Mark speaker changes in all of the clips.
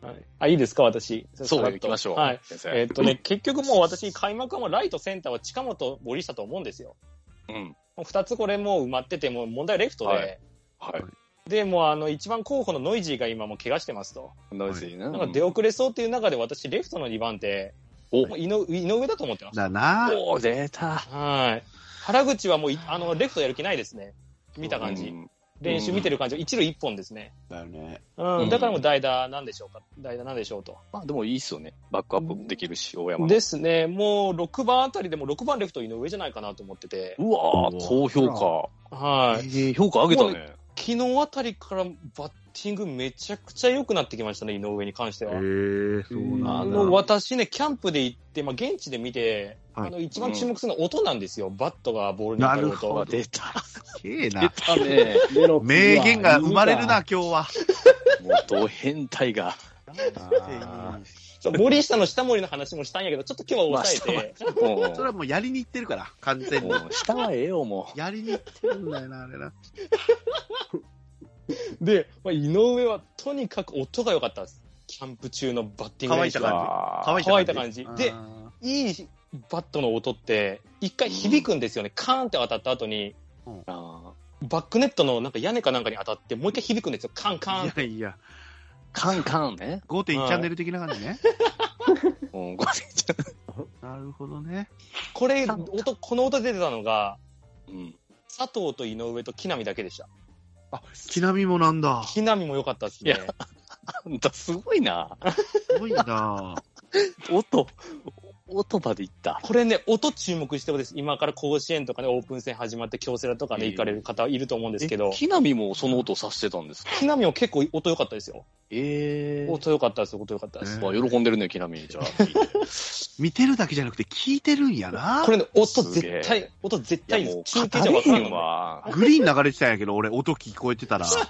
Speaker 1: はい、あ、いいですか、私。
Speaker 2: そう、行
Speaker 1: 行
Speaker 2: きましょう。
Speaker 1: はい。
Speaker 2: 先
Speaker 1: え
Speaker 2: 生。
Speaker 1: っと ね、結局もう私、開幕はもうライト、センターは近本、森下と思うんですよ。
Speaker 2: うん。
Speaker 1: もう2つこれもう埋まってて、もう問題レフトで、
Speaker 2: はいは
Speaker 1: で、もうあの、一番候補のノイジーが今もう怪我してますと。
Speaker 2: い。ノイジーな。
Speaker 1: なんか出遅れそうっていう中で私、レフトの2番手、
Speaker 2: お
Speaker 1: もう井の井上だと思ってます。
Speaker 3: だな。
Speaker 2: おー出た。
Speaker 1: はい。原口はもうい、あの、レフトやる気ないですね。見た感
Speaker 2: う
Speaker 1: じ。
Speaker 2: ん
Speaker 1: 練習見てる感じ、一塁一本ですね。
Speaker 3: だよね。
Speaker 1: う。
Speaker 2: うんん
Speaker 1: だからもう代打なんでしょうか。代打なんでしょうと。
Speaker 2: まあでもいいっすよね。バックアップできるし、大山の。
Speaker 1: ですね。もう6番あたりでも6番レフト井上じゃないかなと思ってて。
Speaker 2: うわー
Speaker 3: うわ
Speaker 2: 高評価。
Speaker 1: はい。
Speaker 2: えー評価上げたね。
Speaker 1: 昨日あたりからバッティングめちゃくちゃ良くなってきましたね、井上に関して
Speaker 3: へ
Speaker 1: は。
Speaker 3: え、そう
Speaker 1: あ
Speaker 3: なんだ。
Speaker 1: の、私ね、キャンプで行って、まあ、現地で見て、
Speaker 3: はい
Speaker 1: あの、一番注目するのは音なんですよ。バットがボールに当たる
Speaker 3: なる
Speaker 1: 音。
Speaker 3: ほど
Speaker 2: あ出た。
Speaker 3: すげえ
Speaker 2: 出
Speaker 3: な。
Speaker 2: たね。
Speaker 3: 名言が生まれるな、今日は。
Speaker 2: もうド変態が。
Speaker 3: あ
Speaker 1: そう森下の下森の話もしたんやけど、ちょっと今日は 抑えて。
Speaker 2: も
Speaker 3: ーそれはもうやりに行ってるから、完
Speaker 2: う、
Speaker 3: 全に。
Speaker 2: もう下はええよ、も
Speaker 3: やりに行ってるんだよな、あれな。
Speaker 1: で、まあ、井上はとにかく音が良かったです。キャンプ中のバッティング練習
Speaker 2: う。
Speaker 3: 乾
Speaker 2: あー
Speaker 3: いた感じ乾
Speaker 1: 乾いた感じで
Speaker 3: あ
Speaker 1: いいバットの音って、一回響くんですよね。カーンって当たった後に、
Speaker 2: あ
Speaker 1: バックネットのなんか屋根かなんかに当たって、もう一回響くんですよ。カンカーンって
Speaker 3: ーいやいや、
Speaker 2: ーカンカンね。
Speaker 3: 5.1チャンネル的な感じね。
Speaker 2: うん、ごめんなさい
Speaker 3: なるほどね。
Speaker 1: これ、音、この音出てたのが、
Speaker 2: うん。
Speaker 1: 佐藤と井上と木浪だけでした。
Speaker 3: 木並みもなんだ。す
Speaker 1: 木浪も良かったですね
Speaker 2: い。やあんたすごいな。
Speaker 3: ごいな。
Speaker 2: 音、音までいった。
Speaker 1: これね、音注目してほしいです。今から甲子園とかね、オープン戦始まって、京セラとかね、
Speaker 2: ええ
Speaker 1: 行かれる方いると思うんですけど
Speaker 2: え、木浪もその音をさしてたんですか
Speaker 1: 木浪も結構音良かったですよ。
Speaker 2: ええ
Speaker 1: 音良かったです、音良かったです。
Speaker 3: え
Speaker 2: まあ、喜んでるね、木浪。じゃあ、聞いて
Speaker 3: 見てるだけじゃなくて聞いてるんやな
Speaker 1: こ。れね、音
Speaker 2: すげえ
Speaker 1: 絶対、音絶
Speaker 2: い
Speaker 1: 対
Speaker 2: や、
Speaker 1: で
Speaker 2: もう、
Speaker 1: す。中継じゃ分からん
Speaker 2: 語れん
Speaker 1: の
Speaker 2: わ
Speaker 3: グリーン流れてたんやけど、俺音聞こえてたら。ずっ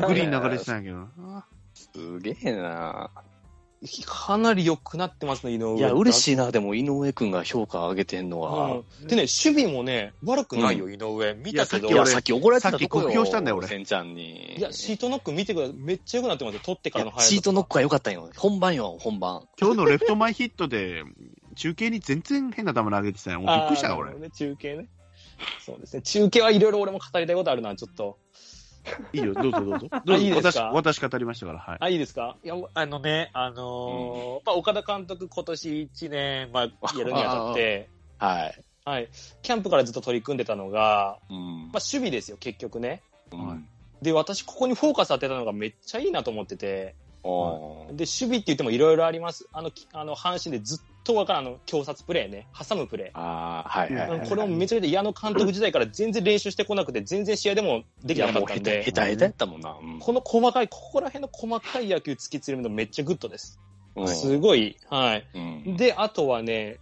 Speaker 3: とグリーン流れてたんやけどな。
Speaker 2: すげえな。
Speaker 1: かなり良くなってますね、井上。
Speaker 2: いや、嬉
Speaker 1: い。
Speaker 2: しいな。でも、井上くんが評価上げてんのは。
Speaker 1: うん、でね、守備もね、悪くないよ、井上。見たけど。
Speaker 3: い
Speaker 2: い
Speaker 3: や
Speaker 2: や、
Speaker 3: 俺
Speaker 2: さっき怒られてたとこよ
Speaker 3: さっき酷評したんだよ俺
Speaker 2: せんちゃんに。
Speaker 1: いや、シートノック見てください。めっちゃ良くなってますよ。取ってからの
Speaker 2: いやシートノッ
Speaker 1: ク。
Speaker 2: クは良かったんよ。本番よ、本番。
Speaker 3: 今日のレフト前ヒットで、中継に全然変な球投げてたんや。もうびっくりした
Speaker 1: あ
Speaker 3: よ、
Speaker 1: ー
Speaker 3: 俺。。
Speaker 1: ね中継ね。そうですね。中継はいろいろ俺も語りたいことあるな、ちょっと。
Speaker 3: いいよ、どうぞど うぞ。どうぞ
Speaker 1: いいですか
Speaker 3: 私、私語りましたから、はい。
Speaker 1: あ、いいですかいや、あのね、あのーまあ、岡田監督今年1年、まあ、やるにあたって、
Speaker 2: はい。
Speaker 1: はい、キャンプからずっと取り組んでたのが、
Speaker 2: うん
Speaker 1: まあ、守備ですよ、結局ね。
Speaker 2: うん
Speaker 3: はい
Speaker 1: で、私、ここにフォーカス当てたのがめっちゃいいなと思ってて、
Speaker 2: お
Speaker 1: で、守備って言ってもいろいろあります。あの、きあの、阪神でずっとわからん、あの、強殺プレーね、挟むプレー。
Speaker 2: ああ、はいはいはい、
Speaker 3: う
Speaker 2: は
Speaker 3: ん
Speaker 2: い。
Speaker 1: これもめちゃめちゃ矢野監督時代から全然練習してこなくて、全然試合でもでき
Speaker 2: いや
Speaker 1: なか
Speaker 2: も
Speaker 1: っ
Speaker 2: う
Speaker 1: た
Speaker 2: 下
Speaker 1: ん
Speaker 2: 手、
Speaker 1: で
Speaker 2: 下、手、下手やったもんな。うん
Speaker 1: この細かい、ここら辺の細かい野球突き詰めるのめっちゃグッドです。
Speaker 2: うん
Speaker 1: すごい、はい。
Speaker 2: うん
Speaker 1: で、あとはね、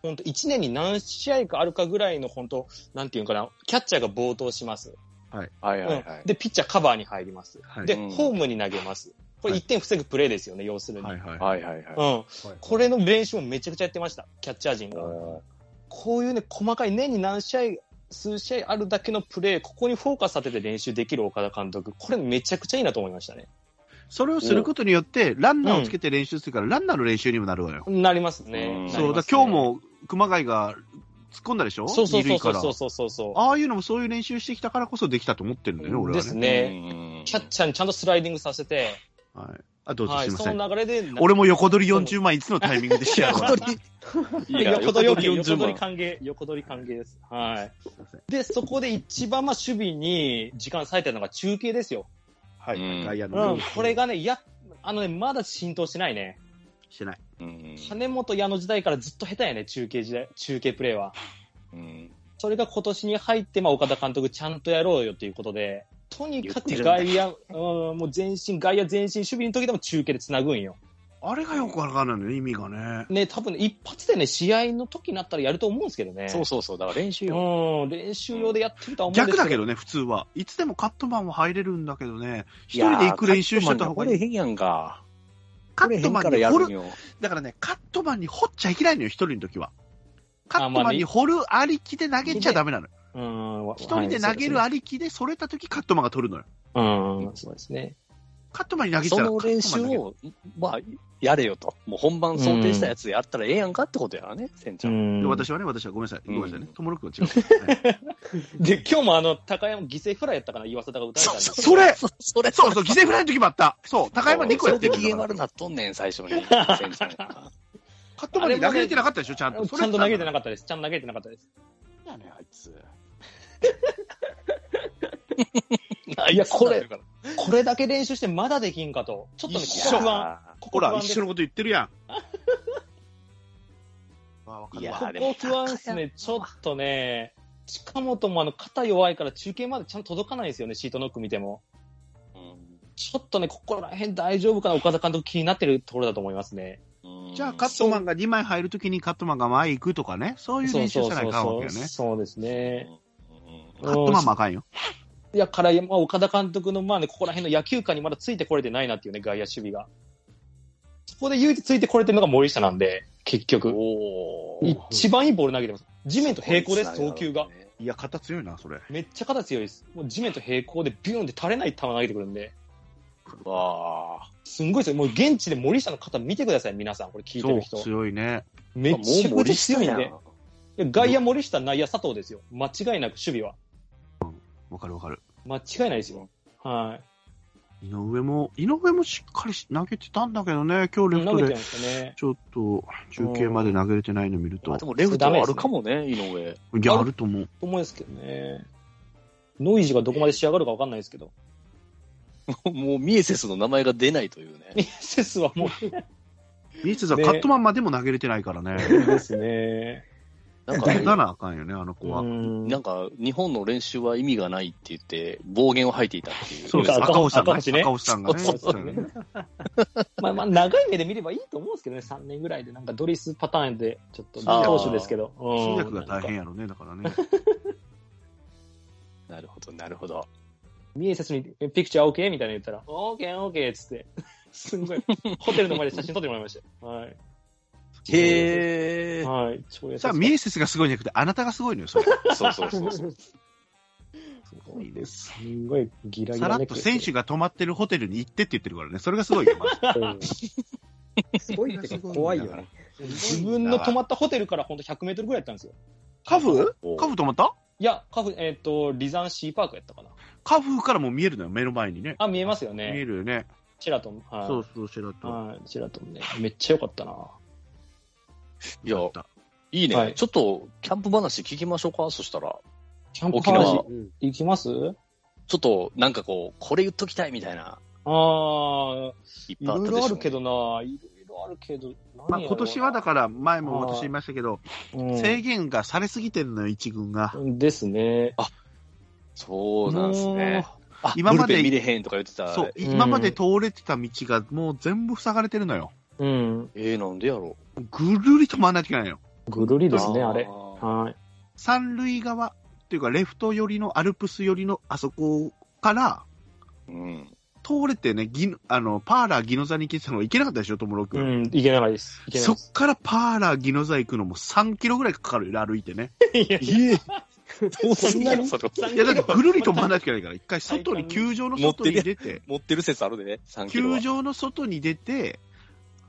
Speaker 1: 本当1年に何試合かあるかぐらいの、本当なんていうんかな、キャッチャーが暴投します。
Speaker 2: はいはい
Speaker 1: うん
Speaker 2: はい。
Speaker 1: で、ピッチャーカバーに入ります。
Speaker 3: はい
Speaker 1: で、
Speaker 2: うん
Speaker 1: ホームに投げます。これ1点防ぐプレーですよね、要するに。
Speaker 3: はいはい。
Speaker 2: はいはいはい。
Speaker 1: うん。これの練習もめちゃくちゃやってました、キャッチャー陣が。
Speaker 2: お
Speaker 1: こういうね、細かい年に何試合、数試合あるだけのプレー、ここにフォーカス当てて練習できる岡田監督、これめちゃくちゃいいなと思いましたね。
Speaker 3: それをすることによって、ランナーをつけて練習するから、ランナーの練習にもなるわよ。
Speaker 1: なりますね。
Speaker 2: うん
Speaker 1: なりますね
Speaker 3: そう、だから今日も熊谷が突っ込んだでしょ
Speaker 1: そうそう
Speaker 3: 二塁
Speaker 1: そ
Speaker 3: か
Speaker 1: う
Speaker 3: ら
Speaker 1: そうそうそうそう。
Speaker 3: ああいうのもそういう練習してきたからこそできたと思ってるんだよね、俺
Speaker 1: で
Speaker 3: はね。
Speaker 1: す
Speaker 2: ー
Speaker 1: ね。
Speaker 2: うん
Speaker 1: キャッチャーにちゃんとスライディングさせて、
Speaker 3: はい。あ、どうぞ
Speaker 1: は
Speaker 3: すい
Speaker 1: い、
Speaker 3: ま
Speaker 1: そ
Speaker 3: せん。
Speaker 1: の流れで、
Speaker 3: 俺も横取り40万いつのタイミングでしやろう
Speaker 2: 横取り。いや、
Speaker 1: 横取り OK
Speaker 2: 横
Speaker 1: 横取
Speaker 2: 取
Speaker 1: り
Speaker 2: り40
Speaker 1: 歓迎、横取り歓迎です。はい。
Speaker 3: すいません
Speaker 1: で、そこで一番まあ守備に時間割いたのが中継ですよ。
Speaker 3: はい。
Speaker 2: うん
Speaker 3: 外野
Speaker 1: う
Speaker 3: の
Speaker 1: ん、これがね、いや、あのね、まだ浸透してないね。
Speaker 3: してない。
Speaker 2: 万。
Speaker 1: 金本矢の時代からずっと下手やね、中継時代、中継プレーは。
Speaker 2: うん
Speaker 1: それが今年に入って、まあ、岡田監督ちゃんとやろうよっていうことで、とにかく
Speaker 2: 言ってるんだ
Speaker 1: 外野、うん、もう全身、外野全身、守備の時でも中継で繋ぐんよ。
Speaker 3: あれがよくわからないのよ、意味がね。
Speaker 1: ね、多分ね一発でね、試合の時になったらやると思うんですけどね。
Speaker 2: そうそうそう、だから練習よ。
Speaker 1: うん、練習用でやってるとは思うんで
Speaker 3: 逆
Speaker 1: す
Speaker 3: だ
Speaker 1: け
Speaker 3: け
Speaker 1: ど。
Speaker 3: どね、普通は。いつでもカットマンは入れるんだけどね、一人で行く練習してた方がいい。
Speaker 2: いやー。カットマンが来れへんやんか。
Speaker 3: カットマン
Speaker 2: 来れ
Speaker 3: に
Speaker 2: へん
Speaker 3: 掘
Speaker 2: からやるん
Speaker 3: る、
Speaker 2: よ。
Speaker 3: だからね、カットマンに掘っちゃいけないのよ、一人の時は。カット
Speaker 1: ま
Speaker 3: マ
Speaker 1: あ
Speaker 3: ン
Speaker 1: ね
Speaker 3: に掘るありきで投げちゃダメなのよ。
Speaker 1: うん、
Speaker 3: 一人で投げるありきで、それた時カットマンが取るのよ。
Speaker 1: うん、そうですね。
Speaker 3: カットマンに投げち
Speaker 2: そ
Speaker 3: ゃう。
Speaker 2: の練習を、まあ、やれよと。もう本番想定したやつやったらええやんかってことやね、せんちゃん。
Speaker 3: で
Speaker 1: ん
Speaker 3: 私はね、私はごめんなさい。ごめんなさいね
Speaker 2: う。ん
Speaker 3: ともろくんは違う。はい
Speaker 1: で、今日もあの、高山犠牲フライやったかな、岩貞が打たれたんですけど
Speaker 3: それ
Speaker 2: そそれ
Speaker 3: そうそう、犠牲フライの時もあった。そう、高山2個やってる
Speaker 2: それで機嫌
Speaker 3: んだか
Speaker 2: 悪
Speaker 3: ら。
Speaker 2: なっとんねん、最初に。せんちゃんが。
Speaker 3: カットマンに投げれてなかったでしょ、ちゃんと。
Speaker 1: ちゃんと投げてな
Speaker 3: かっ
Speaker 1: かったです。ちゃんと投げてなかったです。
Speaker 2: やねん、あいつ。
Speaker 1: いや、これ、これだけ練習してまだできんかと。ちょっとね、
Speaker 3: 一
Speaker 1: こ
Speaker 3: 緒
Speaker 1: こ不安。ここ
Speaker 3: た。ほ
Speaker 1: 不
Speaker 3: ら、
Speaker 1: 安
Speaker 3: 一
Speaker 1: です
Speaker 3: 緒のこと言って るやん。わあわかるわ
Speaker 2: いや
Speaker 1: ここ不安ですね。ちょっとね、近本もあの、肩弱いから中継までちゃんと届かないんですよね、シートノック見ても。
Speaker 2: うん
Speaker 1: ちょっとね、ここら辺大丈夫かな、岡田監督気になってるところだと思いますね。
Speaker 2: うん
Speaker 3: じゃあ、カットマンが2枚入るときにカットマンが前行くとかね、そういう
Speaker 1: そう
Speaker 3: 練習
Speaker 1: そう
Speaker 3: せない
Speaker 1: そう
Speaker 3: かんわけ
Speaker 1: そう。
Speaker 3: よね。
Speaker 1: そうですね。
Speaker 2: うん
Speaker 1: そう
Speaker 3: カットマンもあかんよ。
Speaker 1: いや、から、まあ、岡田監督の、まあね、ここら辺の野球界にまだついてこれてないなっていうね、外野守備が。そこで唯一ついてこれてるのが森下なんで、結局。
Speaker 2: おー
Speaker 1: 一番いいボール投げてます。地面と平行です、投球が。。
Speaker 3: いや、肩強いな、それ。
Speaker 1: めっちゃ肩強いです。もう地面と平行でビューンって垂れない球投げてくるんで。
Speaker 2: わあ。
Speaker 1: すんごいですよ。もう現地で森下の方見てください、皆さん。これ聞いて
Speaker 3: そ
Speaker 1: る
Speaker 3: う、
Speaker 1: 人。
Speaker 3: 強いね。
Speaker 1: めっちゃ
Speaker 2: もう
Speaker 1: くちゃ強
Speaker 2: 森下
Speaker 1: い
Speaker 2: や
Speaker 1: んで
Speaker 2: ん。。
Speaker 1: で外野森下、内野佐藤ですよ。間違いなく守備は。
Speaker 3: わかるわかる。
Speaker 1: 間違いないですよ。はい。
Speaker 3: 井上も、井上もしっかりし投げてたんだけどね、今日レフ
Speaker 1: 投
Speaker 3: ト
Speaker 1: げて
Speaker 3: で
Speaker 1: ま。したね。
Speaker 3: ちょっと、中継まで投げれてないの見る
Speaker 2: ま
Speaker 3: と
Speaker 2: あで、もレフトはあるかもね、井上。
Speaker 3: いや、あると思う。
Speaker 1: と思うんですけどね。ノイジーがどこまで仕上がるかわかんないですけど。
Speaker 2: もうミエセスの名前が出ないというね。
Speaker 1: ミセスはも
Speaker 3: ミスは
Speaker 1: ね
Speaker 3: カットマンまでも投げれてないから
Speaker 1: う
Speaker 3: ね。
Speaker 1: いいですね。
Speaker 2: なんか、
Speaker 3: 怪我なあかんよね、あの子は。
Speaker 1: ん
Speaker 2: なんか、日本の練習は意味がないって言って、暴言を吐いていたっていう。
Speaker 3: そうです、
Speaker 1: 赤
Speaker 3: 赤
Speaker 1: 星
Speaker 3: 星さんが
Speaker 1: 赤
Speaker 3: ね。
Speaker 1: 星ね
Speaker 3: 赤星さんがね。
Speaker 1: そうそうそう
Speaker 3: 言ってたよね
Speaker 1: まあまあ、長い目で見ればいいと思うんですけどね、3年ぐらいで。なんかドリスパターンで、ちょっと、
Speaker 3: あー
Speaker 1: 投手ですけど。うん
Speaker 3: 通訳が大変やろね、だから ね。
Speaker 2: なるほど、なるほど。
Speaker 1: ミエセスにピクチャーオーケーみたいなの言ったら、オーケーオーケーっつって、すんごい、ホテルの前で写真撮ってもらいました。はい。
Speaker 2: へえ。
Speaker 1: はい。超優しい。
Speaker 3: さあ、ミエセスがすごいんじゃなくて、あなたがすごいのよ、それ。
Speaker 2: そうそうそうそう。
Speaker 1: すごいです。すんごいギラギ
Speaker 3: さ
Speaker 1: ラ
Speaker 3: らっ
Speaker 1: ネッ
Speaker 3: と
Speaker 1: クレス
Speaker 3: 選手が泊まってるホテルに行ってって言ってるからね、それがすごいよ、まず
Speaker 1: うんすごいっていうか怖いよね。自分の泊まったホテルからほんと100メートルぐらいやったんですよ。
Speaker 3: カフ
Speaker 2: お
Speaker 3: カフ泊まった
Speaker 1: いや、カフ、えっ、と、リザンシーパークやったかな。
Speaker 3: カフからもう見えるのよ、目の前にね。
Speaker 1: あ、見えますよ
Speaker 3: 見え
Speaker 1: ね。
Speaker 3: るよね。
Speaker 1: シェラトン。はい。
Speaker 3: そうそう、シェラトン。
Speaker 1: はい。シェラトンね。めっちゃ良かったな。
Speaker 2: いや
Speaker 3: やった
Speaker 2: いいね、
Speaker 1: はい
Speaker 2: ちょっと、キャンプ話聞きましょうかそしたら。
Speaker 1: キャンプ
Speaker 2: 沖縄
Speaker 1: 話行きます
Speaker 2: ちょっと、なんかこう、これ言っときたいみたいな、
Speaker 1: ああ、
Speaker 2: いっ
Speaker 1: い
Speaker 2: ぱいあっ
Speaker 1: ろい
Speaker 2: たでしょ、
Speaker 1: ろあるけどな、いろいろあるけど、
Speaker 3: まあ、今年はだから、前も私言いましたけど、
Speaker 1: ら、うん
Speaker 3: 制限がされすぎてんのよ、一軍が。
Speaker 1: ですね。
Speaker 2: そうなんですね。あ、今
Speaker 3: 今ま
Speaker 2: ま
Speaker 3: で
Speaker 2: で見れへんとか言ってた。
Speaker 3: そう、
Speaker 1: うん
Speaker 3: 今まで通れてた道がもう全部塞がれてるのよ。
Speaker 1: もう。うん。
Speaker 2: ええなんでやろ
Speaker 3: ぐるりと回らないといけないのよ。
Speaker 1: ぐるり
Speaker 2: う。
Speaker 1: ですね、あれ。
Speaker 2: ー
Speaker 1: はい。
Speaker 3: 三塁側っていうか、レフト寄りのアルプス寄りのあそこから、
Speaker 2: うん。
Speaker 3: 通れてね、ギノあの、パーラーギノザに行けてたのが行けなかったでしょ、ともろく。
Speaker 1: うんん、いけないです。いけない
Speaker 3: そ
Speaker 1: で
Speaker 3: っからパーラーギノザ行くのも3キロぐらいかかるよ、歩いてね。
Speaker 1: す。いやいや
Speaker 2: どうすん
Speaker 1: そ んな
Speaker 2: の
Speaker 1: に
Speaker 2: それ
Speaker 3: いや、だってぐるりと回らないといけないから、一回外に、球場の外に出て、
Speaker 2: 持ってる説あるでね、3キロは
Speaker 3: 球場の外に出て、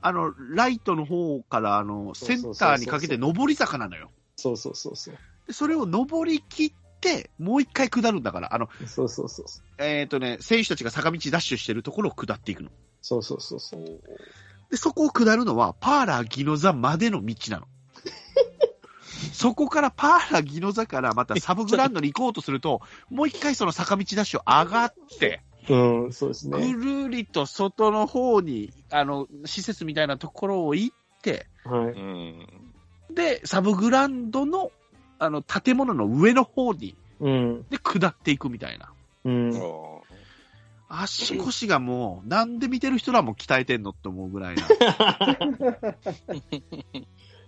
Speaker 3: あの、ライトの方から、あの、センターにかけて上り坂なのよ。
Speaker 1: そうそうそうそう。
Speaker 3: でそれを上り切って、もう一回下るんだから、あの、
Speaker 1: そうそうそうそう。
Speaker 3: えっ、とね、選手たちが坂道ダッシュしてるところを下っていくの。
Speaker 1: そうそうそうそう。
Speaker 3: で、そこを下るのは、パーラーギノザまでの道なの。そこからパーラーギノザからまたサブグラウンドに行こうとすると、もう一回その坂道ダッシュを上がって、
Speaker 1: うん、そうです
Speaker 3: ぐ
Speaker 1: ね。
Speaker 3: るりと外の方に、あの、施設みたいなところを行って、
Speaker 1: は
Speaker 2: う
Speaker 1: い。
Speaker 2: ん。
Speaker 3: で、サブグラウンドの、あの、建物の上の方に、
Speaker 1: うん、
Speaker 3: で、下っていくみたいな。
Speaker 1: うん。
Speaker 3: 足腰がもう、なんで見てる人らも鍛えてんのって思うぐらいな。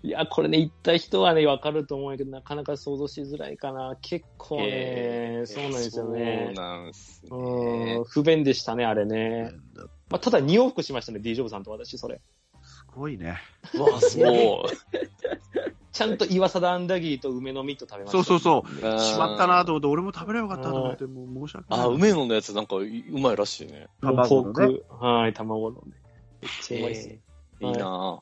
Speaker 1: いや、これね、行った人はね、わかると思うんやけど、なかなか想像しづらいかな。結構ね、
Speaker 2: えー
Speaker 1: そうなんですよね
Speaker 2: そう。なんすね。
Speaker 1: うん、不便でしたね、あれね。
Speaker 3: す
Speaker 1: まあ、ただ2往復しましたね、D ジョブさんと私、それ。
Speaker 3: ごいね。
Speaker 2: うわ、そう。
Speaker 1: ちゃんと岩佐アンダギーと梅の実と食べました。
Speaker 3: そうそうそう。
Speaker 2: し
Speaker 3: しまったなと思って、俺も食べればよかったと思って、もう申し訳ない。
Speaker 2: あ、梅野のやつなんかうまいらしいね。
Speaker 1: ポ
Speaker 3: 卵の
Speaker 1: ー
Speaker 3: ね
Speaker 1: ク、はい、卵のね。めっちゃうまいっすね
Speaker 2: いいな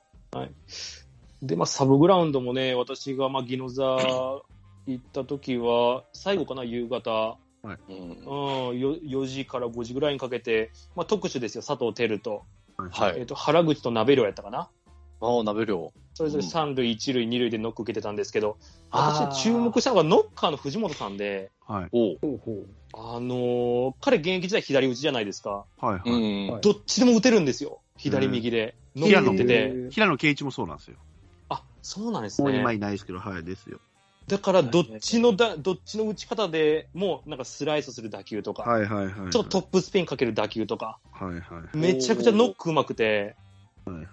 Speaker 1: で、まあ、サブグラウンドもね、私が、まあ、ギノザ行った時は、最後かな、夕方、
Speaker 2: ぁ。うん
Speaker 1: うん、よ4時から5時ぐらいにかけて、まあ、特殊ですよ、佐藤輝と、
Speaker 2: は
Speaker 1: えっ
Speaker 2: い。
Speaker 1: と、原口と鍋寮やったかな。
Speaker 2: ああ、鍋量。
Speaker 1: それぞれ三塁、一塁、二塁でノック受けてたんですけど、私
Speaker 2: あー
Speaker 1: は注目したのがノッカーの藤本さんで、
Speaker 3: はい。
Speaker 2: おう。
Speaker 1: あのー彼現役時代左打ちじゃないですか。
Speaker 3: は
Speaker 2: う
Speaker 3: い、はい。
Speaker 2: ん。
Speaker 1: どっちでも打てるんですよ。左右で。ノック
Speaker 3: 平野
Speaker 1: 打ってて。
Speaker 3: 平野圭一もそうなんですよ。
Speaker 1: あ、そうなんです
Speaker 3: もう
Speaker 1: ね
Speaker 3: 今。いないですけど、はい、ですよ。
Speaker 1: だから、どっちのだ、どっちの打ち方でも、なんかスライスする打球とか、
Speaker 3: はいはいはい。
Speaker 1: ちょっとトップスピンかける打球とか、
Speaker 3: はいはいは
Speaker 1: めちゃくちゃノックうまくて、
Speaker 3: い。はいはい、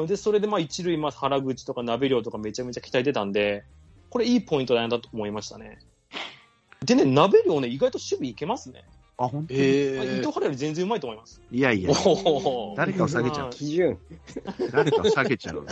Speaker 1: うん。で、それでまあ一塁、まあ原口とか鍋量とかめちゃめちゃ鍛えてたんで、これいいポイントだなと思いましたね。でね、鍋量ね、意外と守備いけますね。
Speaker 3: あ、本当に、
Speaker 1: あ伊
Speaker 2: ええ
Speaker 1: 藤。春より全然うまいと思います。
Speaker 3: いやいや、
Speaker 2: お
Speaker 3: 誰かを下げちゃ
Speaker 1: は
Speaker 3: う。
Speaker 4: 基準。
Speaker 3: 誰かを下げちゃ う。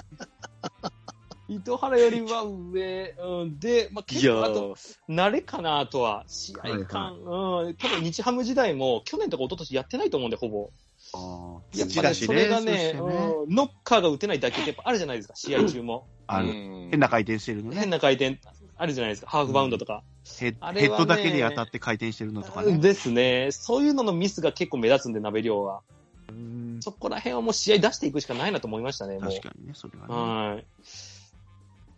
Speaker 1: い伊藤原よりは上、うん、で、まあ
Speaker 2: い
Speaker 1: 結
Speaker 2: や
Speaker 1: 構あと
Speaker 2: ー
Speaker 1: 慣れかなとは、試合感、うん、多分日ハム時代も去年とか一昨年やってないと思うんで、ほぼ。
Speaker 3: ああ、
Speaker 1: やっぱ
Speaker 3: だ
Speaker 1: ね、
Speaker 3: し
Speaker 1: それがね、
Speaker 3: そして
Speaker 1: うんノッカーが打てない打球ってやっぱあるじゃないですか、試合中も。
Speaker 3: あ
Speaker 2: う
Speaker 3: の
Speaker 2: ん
Speaker 3: 変な回転してるのね
Speaker 1: 変な回転あるじゃないですか、ハーフバウンドとか。
Speaker 3: ヘッ。
Speaker 1: あれはね
Speaker 3: ヘッドだけで当たって回転してるのとかね。
Speaker 1: ですね。そういうののミスが結構目立つんで、鍋量は。
Speaker 3: うん
Speaker 1: そこら辺はもう試合出していくしかないなと思いましたね、もう。
Speaker 3: 確かにね、それはね。
Speaker 1: はい。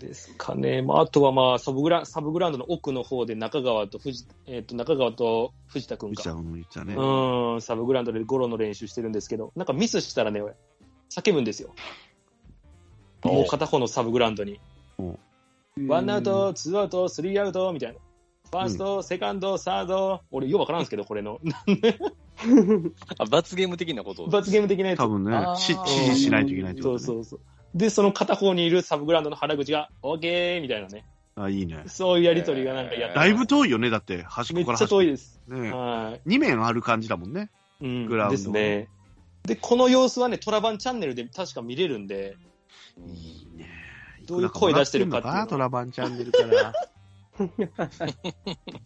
Speaker 1: ですかね。まあ、あとはまあ、サブグラ、サブグラウンドの奥の方で中川と藤、えっ、と、中川と藤田くん
Speaker 3: うち
Speaker 1: か。
Speaker 3: は言ってたね。
Speaker 1: うん、サブグラウンドでゴロの練習してるんですけど、なんかミスしたらね、叫ぶんですよ。もう片方のサブグラウンドに。ワンアウト、ツーアウト、スリーアウト、みたいな。ファースト、セカンド、サード。俺、よくわからんすけど、これの。
Speaker 2: あ、罰ゲーム的なこと。
Speaker 1: 罰ゲーム的なやつ
Speaker 3: 多。分ね
Speaker 2: あー、
Speaker 3: し指示しないといけないって
Speaker 1: そ
Speaker 3: こ
Speaker 1: う
Speaker 3: と
Speaker 1: そ
Speaker 3: ね。
Speaker 1: うそう。で、その片方にいるサブグラウンドの原口が、オーケーみたいなね。
Speaker 3: あ、いいね。
Speaker 1: そういうやりとりがなんかやってま
Speaker 3: だ
Speaker 1: す
Speaker 3: いぶ遠いよね、だって、端っ
Speaker 1: め
Speaker 3: こ
Speaker 1: っ
Speaker 3: から
Speaker 1: ちゃ
Speaker 3: 端っ
Speaker 1: 遠
Speaker 3: こ。
Speaker 1: いです。
Speaker 3: ね
Speaker 1: は
Speaker 3: 2面ある感じだもんね。
Speaker 1: い。うん。
Speaker 3: グラウンド
Speaker 1: ですね。で、この様子はね、トラバンチャンネルで確か見れるんで、
Speaker 2: うん
Speaker 3: いいね。
Speaker 1: どういう声出してるかっていうの
Speaker 3: トラバンチャンネルから。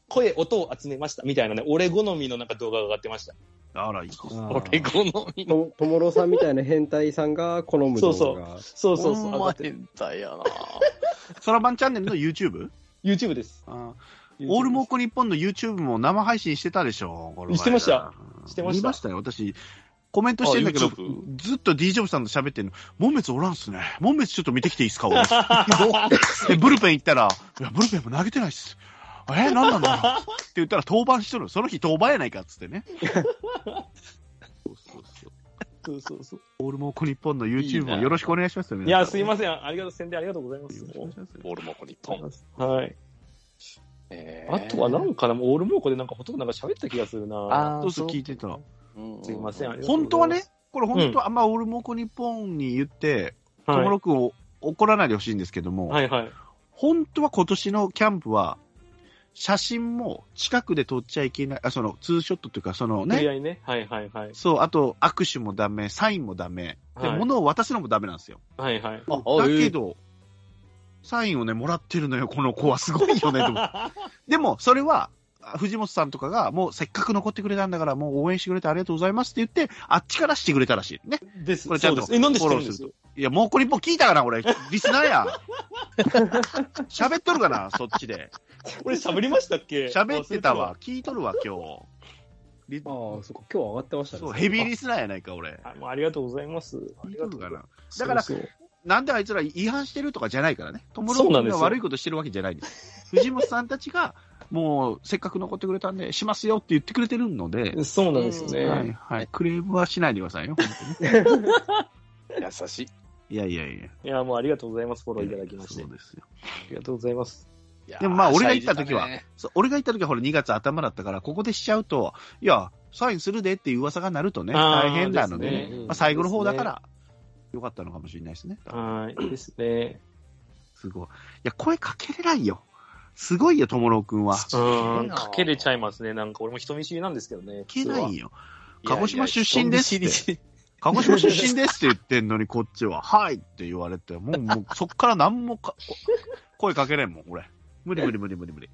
Speaker 1: 声、音を集めましたみたいなね、俺好みのなんか動画が上がってました。
Speaker 3: あら、いい。
Speaker 2: 俺好みの。
Speaker 4: とともろさんみたいな変態さんが好む動画
Speaker 1: そうそうそうそう、上が
Speaker 2: ほんま
Speaker 1: ってる
Speaker 2: 変態やな
Speaker 3: トラバンチャンネルの YouTube?
Speaker 1: YouTube です。
Speaker 3: あー
Speaker 1: YouTube
Speaker 3: オールモッコ日本の YouTube も生配信してたでしょ、この前
Speaker 1: してました。してました
Speaker 3: 見ましたよ、私。コメントしてんだけ
Speaker 2: あ
Speaker 3: ど
Speaker 2: YouTube、
Speaker 3: ずっと D ジョブさんと喋ってんの、門別おらんっすね。門別ちょっと見てきていいっ すか、俺。で、ブルペン行ったら、いや、ブルペンも投げてないっす。えー、なんなんだろうって言ったら登板しとる。その日登板やないかっつって ね。そうそうそう。
Speaker 1: そうそうそう。
Speaker 3: オールモッコ日本の YouTube も
Speaker 2: いいな
Speaker 3: よろしくお願いしますよね。
Speaker 1: いや、すいません。ありがとう、宣伝ありがとうございます。
Speaker 2: ボールもこ日本。
Speaker 1: はい。
Speaker 2: えー
Speaker 1: あとはなんかな、オールモーコでなんかほとんどなんか喋った気がするな。
Speaker 2: あー
Speaker 3: そうそう聞いてた。
Speaker 2: うん
Speaker 1: すいませんありがとう
Speaker 3: 本当はね、これ本当はあんまオールモコ日本に言って、
Speaker 1: は
Speaker 3: トモ
Speaker 1: い
Speaker 3: ロクを怒らないでほしいんですけども、
Speaker 1: はいはい。
Speaker 3: 本当は今年のキャンプは、写真も近くで撮っちゃいけない、あそのツーショットというか、その
Speaker 1: ね、り
Speaker 3: ね、
Speaker 1: 合いね。はいはいはい。
Speaker 3: そう、あと握手もダメ、サインもダメ、で、
Speaker 1: はい
Speaker 3: 物を渡すのもダメなんですよ。
Speaker 1: はいはい。
Speaker 2: あ、あ
Speaker 3: だ
Speaker 2: え
Speaker 3: け
Speaker 2: ー
Speaker 3: ど、サインをね、もらってるのよ、この子は。すごいよね、と思って。でも、それは、あ藤本さんとかが、もうせっかく残ってくれたんだから、もう応援してくれてありがとうございますって言って、あっちからしてくれたらしい。ね。
Speaker 1: です。
Speaker 3: これちゃんと
Speaker 1: そうですえ、なんで知ってるんで
Speaker 3: フ
Speaker 1: す
Speaker 3: ォいや、もうこれ一本聞いたかな、俺。リスナーや。 喋っとるかな、そっちで。
Speaker 1: 俺喋りましたっけ
Speaker 3: 喋ってたわ。。聞いとるわ、今日。リ
Speaker 4: ああ、そっか、今日上がってましたね。
Speaker 3: そう、ヘビーリスナーやないか、俺。
Speaker 1: あもうありがとうございます。
Speaker 3: 聞いとるかな。
Speaker 1: だ
Speaker 3: だから
Speaker 1: そうそう
Speaker 3: なんであいつら違反してるとかじゃないからね。友
Speaker 1: そうなん
Speaker 3: 達
Speaker 1: です
Speaker 3: が
Speaker 1: よ
Speaker 3: 悪いことしてるわけじゃないんです。藤本さんたちが、もう、せっかく残ってくれたんで、しますよって言ってくれてるので、
Speaker 1: そうなんですよね。
Speaker 2: うん
Speaker 3: はいはい。クレームはしないでくださいよ。本当にね
Speaker 2: 優しい。
Speaker 3: いやいやいや。
Speaker 1: いや、もうありがとうございます。フォローいただきまして。
Speaker 3: そうですよ。
Speaker 1: ありがとうございます。
Speaker 2: いやー
Speaker 3: でもまあ俺が行った時は
Speaker 2: シャイでし
Speaker 3: そう俺が行った時はほら2月頭だったから、ここでしちゃうと、いや、サインするでっていう噂がなるとね、
Speaker 1: あー
Speaker 3: 大変なので、
Speaker 1: です
Speaker 3: ね
Speaker 1: ね
Speaker 3: まあ、最後の方だから、よかったのかもしれないですね。
Speaker 1: はい。ですね。
Speaker 3: すごい。いや、声かけれないよ。すごいよ、ともろうくんは。
Speaker 2: すご
Speaker 1: う
Speaker 2: い
Speaker 1: ん
Speaker 2: な
Speaker 1: かけれちゃいますね。なんか俺も人見知りなんですけどね。
Speaker 3: いけない
Speaker 1: よ。
Speaker 3: よ。
Speaker 2: たね
Speaker 3: 鹿児島出身ですって
Speaker 2: いやいや人見知り
Speaker 3: 鹿児島出身ですって言ってんのに、こっちは、はいって言われて、もう、もうそっから何もか、こ声かけれんもん、俺。無理無理無理無理無理。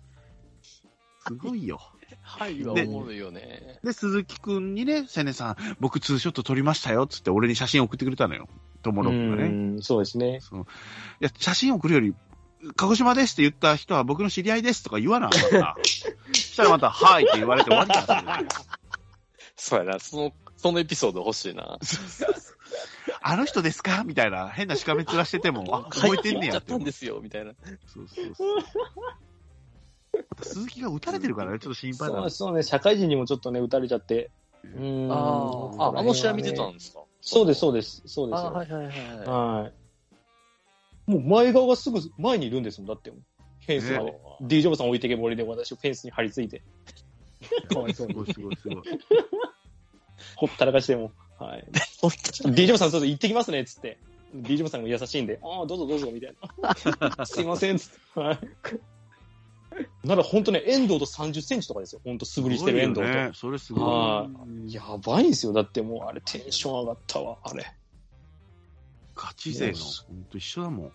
Speaker 3: すごいよ。
Speaker 2: はいはおもろいよね。
Speaker 3: で、鈴木くんにね、セネさん、僕ツーショット撮りましたよ、つって俺に写真送ってくれたのよ。友野くんがね。
Speaker 1: うんそうですね。
Speaker 3: そのいや、写真送るより、鹿児島ですって言った人は僕の知り合いですとか言わなかった。そしたらまた、はいって言われて終わりなんですよね
Speaker 2: そうやな、その、そのエピソード欲しいな。
Speaker 3: あの人ですかみたいな変なしかめ面してても、あ、
Speaker 2: は
Speaker 3: 覚えてんね
Speaker 2: や
Speaker 3: や
Speaker 2: っ
Speaker 3: っ
Speaker 2: ち
Speaker 3: て
Speaker 2: ゃった
Speaker 3: 思
Speaker 2: ん
Speaker 3: う。
Speaker 2: ですよ、みたいな。
Speaker 3: そうそうそう。また鈴木が打たれてるからね、ちょっと心配だ
Speaker 1: そ
Speaker 3: な
Speaker 1: う。そうね、社会人にもちょっとね、打たれちゃって。うん
Speaker 2: ああ、あの試合見てたんですか
Speaker 1: そうです、そうです。そうです
Speaker 2: あ
Speaker 1: よ。
Speaker 2: はいはいはいはい。
Speaker 1: はい。もう前側がすぐ前にいるんですもん、だってもう。フェンスまで
Speaker 2: ね。
Speaker 1: D ジョブさん置いてけぼりで私をフェンスに張り付い て、
Speaker 4: かわいそ
Speaker 3: す
Speaker 4: うに。
Speaker 3: ごいすごいすごい。
Speaker 1: ほったらかしても。はい。D ジョブさんちょっと行ってきますね、っつって。D ジョブさんが優しいんで、ああ、どうぞどうぞ、みたい な。すいません、つって。はい。なら本当ね、遠藤と30センチとかですよ。本当素振りしてる遠藤
Speaker 3: す
Speaker 1: と
Speaker 3: ごい。よね。それすご
Speaker 1: は
Speaker 4: うん
Speaker 1: い。やばいんですよ。だってもう、あれテンション上がったわ、あれ。
Speaker 3: い。ガチ勢の、ほんと一緒だもん。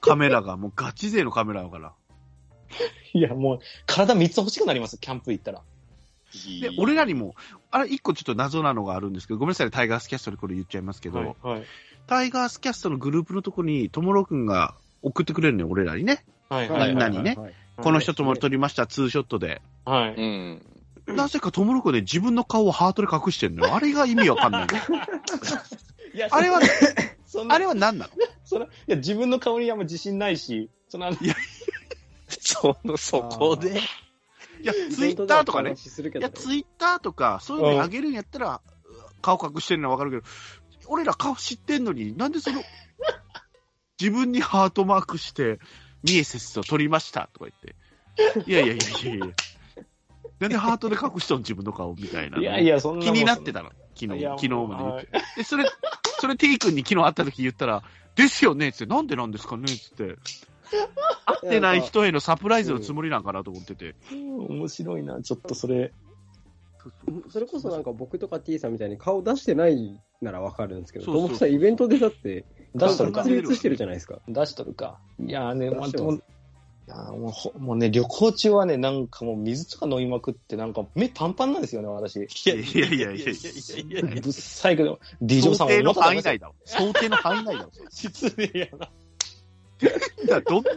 Speaker 3: カメラが、もうガチ勢のカメラだから。
Speaker 1: いや、もう、体3つ欲しくなります、キャンプ行ったら。
Speaker 2: いい
Speaker 3: で、俺らにも、あれ、一個ちょっと謎なのがあるんですけど、ごめんなさい、タイガースキャストでこれ言っちゃいますけど、
Speaker 1: はい。はい。
Speaker 3: タイガースキャストのグループのとこに、ともろくんが送ってくれるのよ、俺らにね。
Speaker 1: はい。
Speaker 4: は
Speaker 1: はいい。
Speaker 3: みんなにね
Speaker 4: はいはいはい
Speaker 3: この人とも撮りました、ツーショットで。
Speaker 1: はい。
Speaker 2: うん。
Speaker 3: なぜかともろくんね、自分の顔をハートで隠してるのよ。あれが意味わかんないの。
Speaker 1: いや
Speaker 3: あれは、
Speaker 1: そんな
Speaker 3: あれは何なの
Speaker 1: そのいや自分の顔にあんま自信ないし、そのあの
Speaker 2: その、そこで。
Speaker 3: いや、ツイッターとかね
Speaker 4: 本当だ。話するけ
Speaker 3: い
Speaker 4: ど
Speaker 3: や、
Speaker 4: ね
Speaker 3: ツイッターとか、そういうのに上げるんやったら、顔隠してるのはわかるけど、俺ら顔知ってんのに、なんでその、 自分にハートマークして、ミエセスを取りましたとか言って。いやいやいやいやいや。なんでハートで隠したの自分の顔みたいな。
Speaker 1: いやいや、そんな
Speaker 3: 気になって
Speaker 1: た
Speaker 3: たの。昨日、昨日まで言ってて。で、それ、それ、テイ君に昨日会った時言ったら、ですよねっつって、なんでなんですかねっつって。会ってない人へのサプライズのつもりなんかなと思ってて。
Speaker 1: 面白いな、ちょっとそれ。
Speaker 4: それこそなんか僕とか T さんみたいに顔出してないならわかるんですけど、
Speaker 3: そ
Speaker 4: と
Speaker 3: うそう
Speaker 4: もさんイベントでだって、
Speaker 1: 出しとる
Speaker 4: が
Speaker 1: か
Speaker 4: っつ。り映してるじゃないですか。
Speaker 1: 出しとるか。いやーね、まあ、
Speaker 4: 出して
Speaker 1: で
Speaker 4: ま
Speaker 1: も
Speaker 4: す
Speaker 1: いやーもうほ、もうね、旅行中はね、なんかもう水とか飲みまくって、なんか目パンパンなんですよね、私。
Speaker 2: い
Speaker 3: やいやいやいやいや
Speaker 2: や
Speaker 3: いや
Speaker 2: いやいや
Speaker 1: ぶっさいけど、D ジョブさん
Speaker 3: 想
Speaker 1: は
Speaker 3: 定の
Speaker 1: また
Speaker 3: 範囲内だもん。想定の範囲内だもん。
Speaker 1: 失礼やな。
Speaker 3: いや、どんな、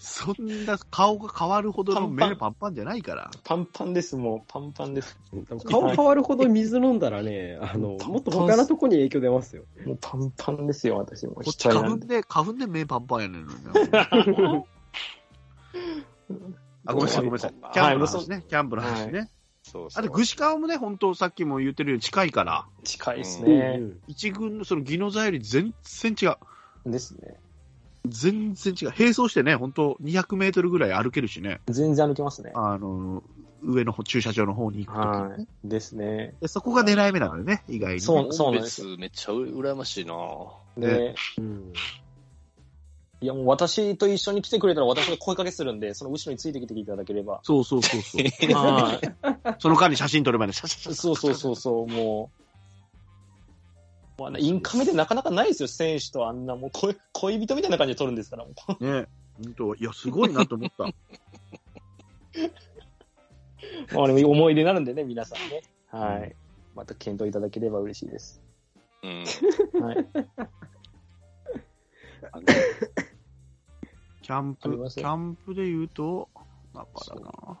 Speaker 3: そんな顔が変わるほどの目パンパンじゃないから。
Speaker 1: パンパンです、もう。パンパンです。
Speaker 4: 多分顔変わるほど水飲んだらね、あの、もっと他のとこに影響出ますよ。
Speaker 1: もうパンパンですよ、私。もう
Speaker 3: こっ
Speaker 1: 一
Speaker 3: ち花
Speaker 1: 人なん
Speaker 3: 粉
Speaker 1: で。
Speaker 3: で、花粉で目パンパンやねんのにあ、ごめんなさい、ごめんなさい。キャンプの話ね。キャンプの話ね。
Speaker 2: そうそ
Speaker 3: あ
Speaker 2: う
Speaker 3: と、具志川もね、本当さっきも言ってるように近いから、
Speaker 1: 近いです
Speaker 4: うん
Speaker 1: ね。
Speaker 3: 一軍のその技能座より全然違う。
Speaker 1: ですね。
Speaker 3: 全然違う。並走してね、本当200メートルぐらい歩けるしね。
Speaker 1: 全然歩けますね。
Speaker 3: あの、上の方駐車場の方に行くとき、
Speaker 1: はい。ですね。
Speaker 3: でそこが狙い目なのよね、意外にね。。
Speaker 1: そうそうなんです
Speaker 2: 別めっちゃ羨ましいな
Speaker 1: で、
Speaker 4: うんうん
Speaker 1: いやもう私と一緒に来てくれたら私が声かけするんで、その後ろについてきていただければ
Speaker 3: そうそうそうそう。
Speaker 1: は
Speaker 3: その間に写真撮る前にシャシャシャ
Speaker 1: い。 そうそうそうそう、もう。まあね、インカメでなかなかないですよ、選手とあんな、もう恋恋人みたいな感じで撮るんですから、もう
Speaker 3: ね本当いや、すごいなと思 った。
Speaker 1: まあでも思い出になるんでね、皆さんね。はい。また検討いただければ嬉しいです。
Speaker 2: うん。
Speaker 1: はい。
Speaker 2: あの
Speaker 3: キャン
Speaker 1: あり
Speaker 3: プ
Speaker 1: ま、す
Speaker 3: キ
Speaker 1: よ
Speaker 3: ャンプで言うと、だからな。まあ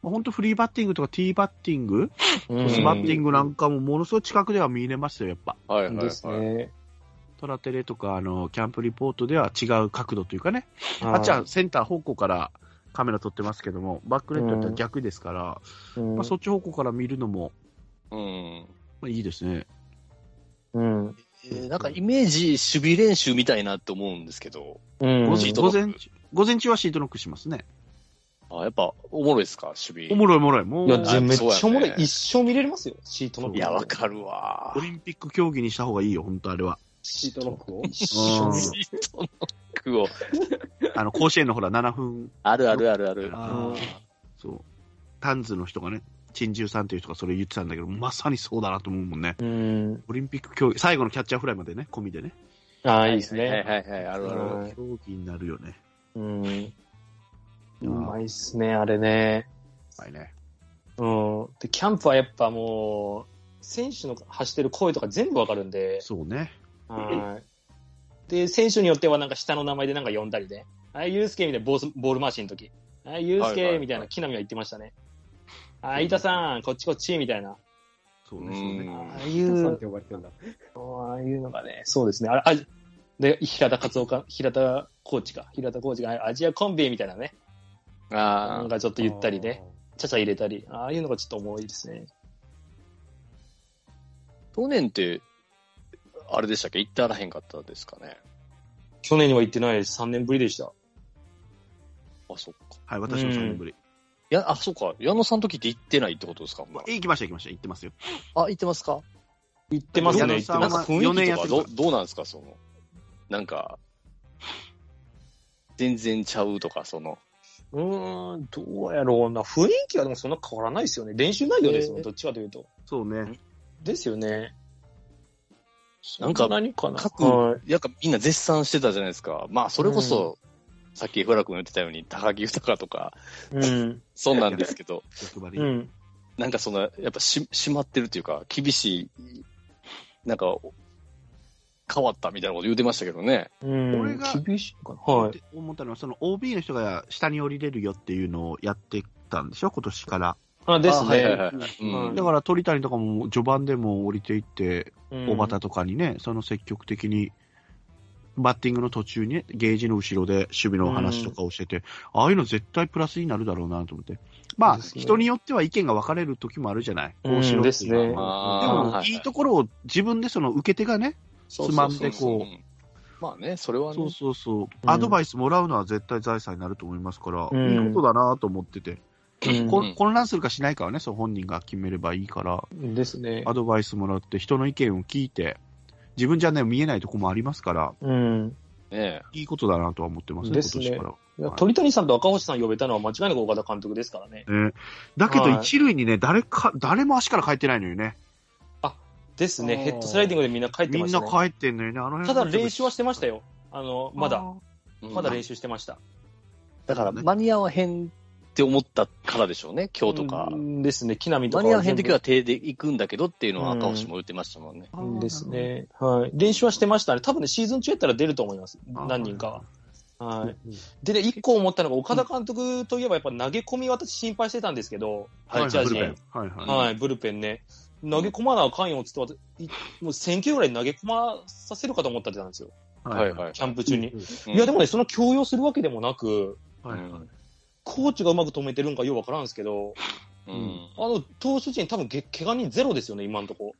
Speaker 3: 本当フリーバッティングとかティーバッティング、
Speaker 1: う
Speaker 3: トスバッティングなんかもものすごい近くでは見れますよ、やっぱ。
Speaker 2: はいはい
Speaker 1: です
Speaker 2: はい。
Speaker 1: ね。
Speaker 3: トラテレとか、あの、キャンプリポートでは違う角度というかね。あ
Speaker 1: あ
Speaker 3: っちはセンター方向からカメラ撮ってますけども、バックレットだったら逆ですから、
Speaker 1: うん
Speaker 3: まあ、そっち方向から見るのも、
Speaker 2: うん。
Speaker 3: まあ、いいですね。
Speaker 1: うん。
Speaker 2: えーなんかイメージ、守備練習みたいなって思うんですけど、
Speaker 1: うん。
Speaker 3: 午
Speaker 2: シ
Speaker 3: 前
Speaker 2: ートノック
Speaker 3: 午前中午前中はシートノックしますね。
Speaker 2: あやっぱ、おもろいですか、守備。
Speaker 3: おもろいおもろい。もう
Speaker 1: いや、
Speaker 2: 全然
Speaker 1: めっちゃおもろい
Speaker 2: そうやね。
Speaker 1: 一生見れますよ、シートの。
Speaker 2: いや、わかるわ
Speaker 3: オ。リンピック競技にした方がいいよ、本当あ れは。
Speaker 4: シートノックを
Speaker 1: 一生見れ
Speaker 3: うん
Speaker 1: る。
Speaker 2: シートノックを。
Speaker 3: あの、甲子園のほら、7分
Speaker 2: あるあるあるある。
Speaker 3: あーそう。タンズの人がね、珍獣さんという人がそれ言ってたんだけど、まさにそうだなと思うもんね。
Speaker 1: うん。
Speaker 3: オリンピック競技、最後のキャッチャーフライまでね、込みでね、
Speaker 1: ああ、いいです
Speaker 2: は
Speaker 1: ね。
Speaker 2: いはいはい、あるある。
Speaker 1: うん
Speaker 3: 競技になるよね。
Speaker 1: うん。うまいっすね、あれね。
Speaker 3: はいね。
Speaker 1: うん。で、キャンプはやっぱもう、選手の発してる声とか全部わかるんで、
Speaker 3: そうね。
Speaker 1: はい。で、選手によってはなんか下の名前でなんか呼んだりね。あい、ユースケみたいなボースボール回しの時。あい、ユース
Speaker 2: はいはいは
Speaker 1: ケ
Speaker 2: い
Speaker 1: みたいな木南は言ってましたね。あ、伊田さん、こっちこっちみたいな。
Speaker 3: そうね、そうね。
Speaker 1: あ
Speaker 2: う
Speaker 1: あ
Speaker 2: ん
Speaker 1: い
Speaker 4: さんっ
Speaker 1: う
Speaker 4: て、呼ばれてるんだ。
Speaker 1: ああいうのがね、そうですね。あれ、あで、平田勝岡、平田コーチか。平田コーチがあアジアコンビみたいなね。な
Speaker 2: あ
Speaker 1: んかちょっと言ったりね。ちゃちゃ入れたり。ああいうのがちょっと重いですね。
Speaker 2: ー去年って、あれでしたっけ行ってあらへんかったですかね。
Speaker 1: 去年には行ってないです。3年ぶりでした。
Speaker 2: あ、そっか。
Speaker 3: はい、私も3年ぶり。
Speaker 2: いや、あ、そっか。矢野さんの時って行ってないってことですか、
Speaker 3: え行きました、行きました。行ってますよ。
Speaker 2: あ、行ってますか
Speaker 1: 行ってますね、行っ
Speaker 3: 矢野
Speaker 1: て
Speaker 3: さん
Speaker 1: ま
Speaker 2: な
Speaker 1: す
Speaker 2: ん
Speaker 3: は
Speaker 2: か雰
Speaker 3: 四年
Speaker 2: 囲気
Speaker 3: やっ
Speaker 2: と
Speaker 3: て
Speaker 2: か
Speaker 3: た
Speaker 2: どどうなんですか、その、なんか、全然ちゃうとか、その、
Speaker 1: うーん、どうやろうな。雰囲気はでもそんな変わらないですよね。練習内容ですよね、
Speaker 2: えー
Speaker 1: どっちかというと。
Speaker 3: そうね。
Speaker 1: ですよね。
Speaker 2: なんか
Speaker 1: そ何かな
Speaker 2: 各
Speaker 1: はい
Speaker 2: やっぱみんな絶賛してたじゃないですか。まあ、それこそ、さっきフラ君言ってたように、高木豊とか、
Speaker 1: うん。
Speaker 2: そうなんですけど、
Speaker 3: 逆張り。
Speaker 1: うん。
Speaker 2: なんかその、やっぱし、しまってるっていうか、厳しい、なんか、お変わったみたいなこと言うてましたけどね。
Speaker 1: うん。
Speaker 3: 俺が
Speaker 1: 厳しいかな。はい
Speaker 3: っ。て思ったのは、その OB の人が下に降りれるよっていうのをやってたんでしょ、今年から。
Speaker 1: あ、です
Speaker 2: あ
Speaker 1: ね。
Speaker 2: はいはいはいはい。う
Speaker 1: うん
Speaker 2: ん
Speaker 3: だから鳥谷とかも序盤でも降りていって、
Speaker 1: うん
Speaker 3: 小畑とかにね、その積極的に、バッティングの途中にね、ゲージの後ろで守備の話とかをしてて、ああいうの絶対プラスになるだろうなと思って。まあ、
Speaker 1: ですね
Speaker 3: 人によっては意見が分かれる時もあるじゃない。
Speaker 1: うん
Speaker 3: こうしろって
Speaker 1: ですね
Speaker 3: いうのはで
Speaker 2: あー
Speaker 3: も、
Speaker 2: はいはい
Speaker 3: いいところを自分でその受け手がね、
Speaker 2: そうそうそう
Speaker 3: つまんでこう
Speaker 2: うんまあね、それは
Speaker 3: そ
Speaker 2: ね
Speaker 3: う。そうそう、アドバイスもらうのは絶対財産になると思いますから、
Speaker 1: うん
Speaker 3: いいことだなと思ってて、
Speaker 1: うん
Speaker 3: こ混乱するかしないかはね、そう本人が決めればいいから、
Speaker 1: ですね。
Speaker 3: アドバイスもらって、人の意見を聞いて、自分じゃね、見えないとこもありますから、
Speaker 1: うん。
Speaker 2: ね
Speaker 3: いいことだなとは思ってますね、
Speaker 1: ですね
Speaker 3: 今年から。
Speaker 1: 鳥谷さんと赤星さん呼べたのは間違いなく岡田監督ですからね。
Speaker 3: ね、だけど、
Speaker 1: はい
Speaker 3: 一塁にね、誰か、誰も足から帰ってないのよね。
Speaker 1: ですね。
Speaker 4: あー
Speaker 1: ヘッドスライディングでみんな帰って
Speaker 3: み
Speaker 1: ま
Speaker 3: ん
Speaker 1: した
Speaker 3: な
Speaker 1: ね。
Speaker 3: 帰ってんのよね、あの辺
Speaker 1: ただ練習はしてました
Speaker 3: よ、
Speaker 1: よ。あの、まだ、
Speaker 2: うん
Speaker 1: まだ練習してました。
Speaker 2: だから間に合わへんって思ったからでしょうね、今日とか
Speaker 1: う。んですね。木浪と
Speaker 2: 間
Speaker 1: か
Speaker 2: に合
Speaker 1: は
Speaker 2: わへ
Speaker 1: 全
Speaker 2: ん
Speaker 1: 部。
Speaker 2: 時は手で行くんだけどっていうのは赤星も言ってましたもんね。
Speaker 3: あー
Speaker 1: です。ね。はい。練習はしてましたね。多分ね、シーズン中やったら出ると思います。
Speaker 3: あー
Speaker 1: 何人かは。は
Speaker 4: うん
Speaker 1: い。でね、一個思ったのが、岡田監督といえばやっぱ投げ込み私心配してたんですけど、
Speaker 3: は
Speaker 1: はい、
Speaker 3: いはい、
Speaker 1: ジャージ
Speaker 3: ブルペ
Speaker 1: に
Speaker 3: ン。はいはい。
Speaker 1: はい、ブルペンね。投げ込まなあかんよっつって私、いもう1000球ぐらい投げ込まさせるかと思ったってたんですよ。
Speaker 2: はいはい。
Speaker 1: キャンプ中に。
Speaker 2: うん
Speaker 1: いや、でもね、その強要するわけでもなく、
Speaker 3: はいはい
Speaker 1: コーチがうまく止めてるんかようわからんですけど、
Speaker 2: うん
Speaker 1: あの、投手陣多分げ、怪我人ゼロですよね、今のとこ。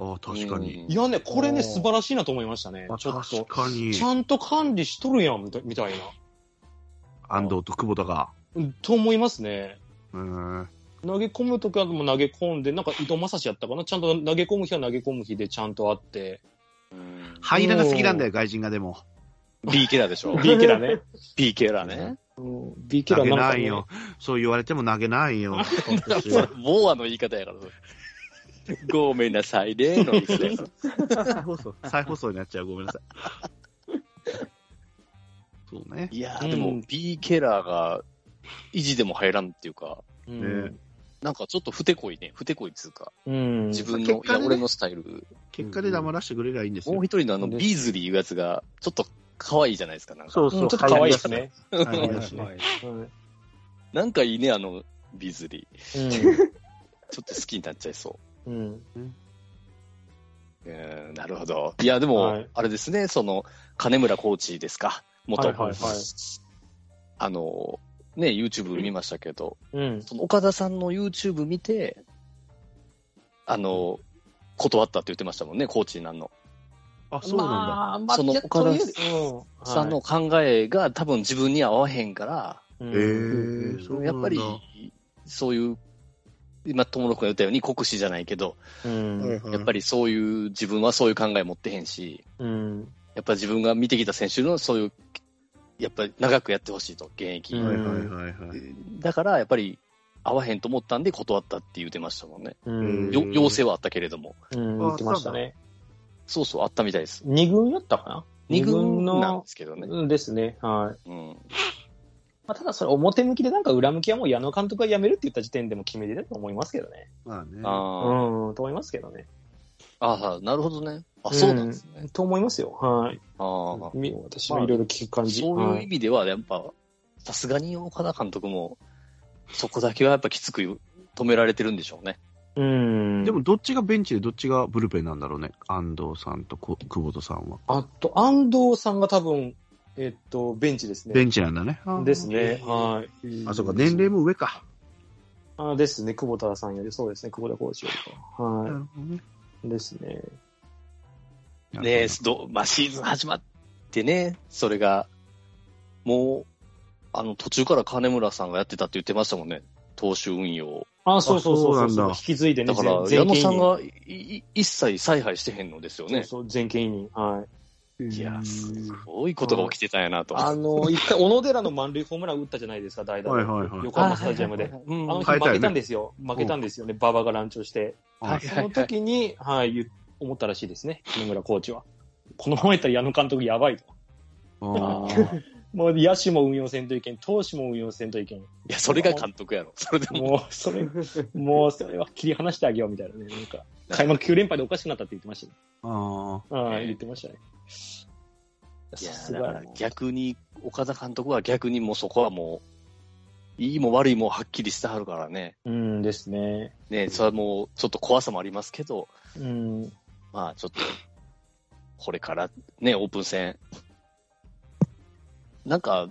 Speaker 3: ああ、確かに。。
Speaker 1: いやね、これ
Speaker 4: あ
Speaker 1: ね、
Speaker 4: ー
Speaker 1: 素晴らしいなと思いましたね。
Speaker 3: あ
Speaker 1: ちょっ
Speaker 3: 確
Speaker 1: と。
Speaker 3: かに
Speaker 1: ち。ゃんと管理しとるやん、みたみたいな。
Speaker 3: 安藤と久保田が。
Speaker 1: うんと思いますね。
Speaker 3: うーん
Speaker 1: 投げ込むときはもう投げ込んで、なんか伊藤正史やったかなちゃんと投げ込む日は投げ込む日でちゃんとあって。
Speaker 2: うん
Speaker 3: 入らが好きなんだよ、外人がでも。
Speaker 2: B ケラでしょ
Speaker 1: B ケラね。
Speaker 2: B ケラね。
Speaker 1: うん、B ケ
Speaker 3: 投
Speaker 1: ラ
Speaker 3: げ
Speaker 1: なん
Speaker 3: な
Speaker 1: か、
Speaker 3: い
Speaker 1: ね、
Speaker 3: よ。そう言われても投げないよ。今年 は
Speaker 2: ボーアの言い方やから。それごめんなさいね、のですね
Speaker 3: 再放送、再放送になっちゃう。ごめ んなさい。そうね。
Speaker 2: いや
Speaker 1: う
Speaker 2: ー、
Speaker 1: ん
Speaker 2: でも B ケラが維持でも入らんっていうか、
Speaker 1: うん。
Speaker 2: なんかちょっとふてこいね、ふてこいっつうか、
Speaker 1: うん。
Speaker 2: 自分
Speaker 3: 結
Speaker 2: の、い
Speaker 3: 果ね
Speaker 2: や、俺のスタイル。
Speaker 3: 結果で黙らしてくれりゃいいんです
Speaker 2: も
Speaker 3: よ
Speaker 2: う。一人のあの、ビーズリーいうやつが、ちょっと可愛いじゃないですか、なんか。
Speaker 3: そう
Speaker 1: うん
Speaker 3: そう、
Speaker 1: ちょっと可愛いですね。
Speaker 3: 入りだし。
Speaker 4: は
Speaker 3: 入
Speaker 4: い
Speaker 3: り
Speaker 4: は
Speaker 3: だし
Speaker 4: い
Speaker 3: ね
Speaker 4: はい
Speaker 1: うん。
Speaker 2: なんかいいね、あの、ビーズリー。
Speaker 1: う
Speaker 2: ちょっと好きになっちゃいそ
Speaker 1: ん。うん。
Speaker 2: う。うん、なるほど。いや、でも、
Speaker 1: はい
Speaker 2: あれですね、その、金村コーチですか、元。
Speaker 1: はいはいはい
Speaker 2: あの、ね、YouTube 見ましたけど、
Speaker 1: うん。
Speaker 2: その岡田さんの YouTube 見て、あの、断ったって言ってましたもんね、コーチなんの。
Speaker 3: あ、そうなんだ。
Speaker 1: あーまあ
Speaker 2: その
Speaker 1: いや
Speaker 2: 岡田
Speaker 1: とりあえずうんはい
Speaker 2: さんの考えが多分自分には合わへんから、
Speaker 1: う
Speaker 3: え
Speaker 1: ん
Speaker 3: ー、そうなんだ。
Speaker 2: やっぱり、そういう、今、友野君が言ったように、国士じゃないけど、
Speaker 1: うん。
Speaker 2: やっぱ
Speaker 3: り。
Speaker 2: りそういう、自分はそういう考え持ってへんし、
Speaker 1: うん。
Speaker 2: やっぱり自分が見てきた選手のそういう、やっぱり長くやってほしいと、現役。
Speaker 1: う
Speaker 3: はい
Speaker 1: ん
Speaker 3: はいはいはい。
Speaker 2: だから、やっぱり、合わへんと思ったんで断ったって言ってましたもんね。
Speaker 1: うん
Speaker 2: よ要請はあったけれども。
Speaker 1: うん、言ってましたね。
Speaker 2: そうそう、あったみたいです。
Speaker 1: 二軍やったかな
Speaker 2: 二軍なん
Speaker 1: の
Speaker 2: で、すけどね。
Speaker 1: うんですね。はい。
Speaker 2: うん。
Speaker 1: まあ、ただそれ表向きでなんか裏向きはもう矢野監督が辞めるって言った時点でも決めてると思いますけどね。
Speaker 3: まあね。
Speaker 2: あー
Speaker 1: うん、と思いますけどね。
Speaker 2: あー、なるほどね。あ、そうなんですね。
Speaker 1: と思いますよ。はい。
Speaker 2: ああ。
Speaker 1: み私もいろいろ聞く感じ。
Speaker 2: そう
Speaker 1: は
Speaker 2: いう意
Speaker 1: い
Speaker 2: 味では、やっぱ、さすがに岡田監督も、そこだけはやっぱきつく止められてるんでしょうね。
Speaker 1: うん。
Speaker 3: でも、どっちがベンチでどっちがブルペンなんだろうね。安藤さんとこ久保田さんは。
Speaker 1: あと、安藤さんが多分、えっと、ベンチです
Speaker 3: ベ
Speaker 1: ね。
Speaker 3: ンチなんだね。
Speaker 1: ですね。
Speaker 2: うん
Speaker 1: はい。
Speaker 3: あ、そうか、年齢も上か。
Speaker 1: あですね。久保田さんより、そうですね。久保田コーチよりか。
Speaker 3: な
Speaker 1: は
Speaker 3: るほどね。
Speaker 1: い。ですね。
Speaker 2: ねえ、どまあ、シーズン始まってね、それが、もう、あの、途中から金村さんがやってたって言ってましたもんね。投手運用を。
Speaker 1: あ、そうそうそうそう
Speaker 3: あそうなんだ
Speaker 1: 引き継いでね、
Speaker 2: だから、
Speaker 1: 全
Speaker 2: 矢野さん
Speaker 1: 全
Speaker 2: がいい一切采配してへんのですよ
Speaker 1: 権
Speaker 2: ね
Speaker 1: に。。そうそう、全権委任。はい。
Speaker 2: いや
Speaker 3: う、ん
Speaker 2: すごいことが起きてたんやなと。
Speaker 1: あ の、一回、小野寺の満塁ホームラン打ったじゃないですか、代打で。
Speaker 3: はいはいはい
Speaker 1: 横浜スタジアムで。あ
Speaker 2: うん
Speaker 1: の日
Speaker 3: 変えたよね
Speaker 1: 負けたんですよ。負けたんですよね。馬場が乱調して。
Speaker 3: は
Speaker 2: はいい
Speaker 1: その時に、はい、言う思ったらしいですね。木村コーチは。このままやったら矢野監督やばいと。
Speaker 3: あ
Speaker 1: もう野手も運用せんといけん、投手も運用せんといけん。
Speaker 2: いや、それが監督やろ。 それでも、
Speaker 1: もう、それ、もう、それは切り離してあげようみたいなね。なんか、開幕9連敗でおかしくなったって言ってましたね。
Speaker 3: ーあ
Speaker 1: はい、
Speaker 2: ええ
Speaker 1: 言ってましたね。
Speaker 2: いや
Speaker 1: さす
Speaker 2: だか
Speaker 1: が
Speaker 2: ら
Speaker 1: に
Speaker 2: 逆に、岡田監督は逆にもうそこはもう、いいも悪いもはっきりしてはるからね。
Speaker 1: うんですね。
Speaker 2: ね、それはもうちょっと怖さもありますけど、
Speaker 1: うん。
Speaker 2: まあちょっと、これからね、オープン戦。なんか、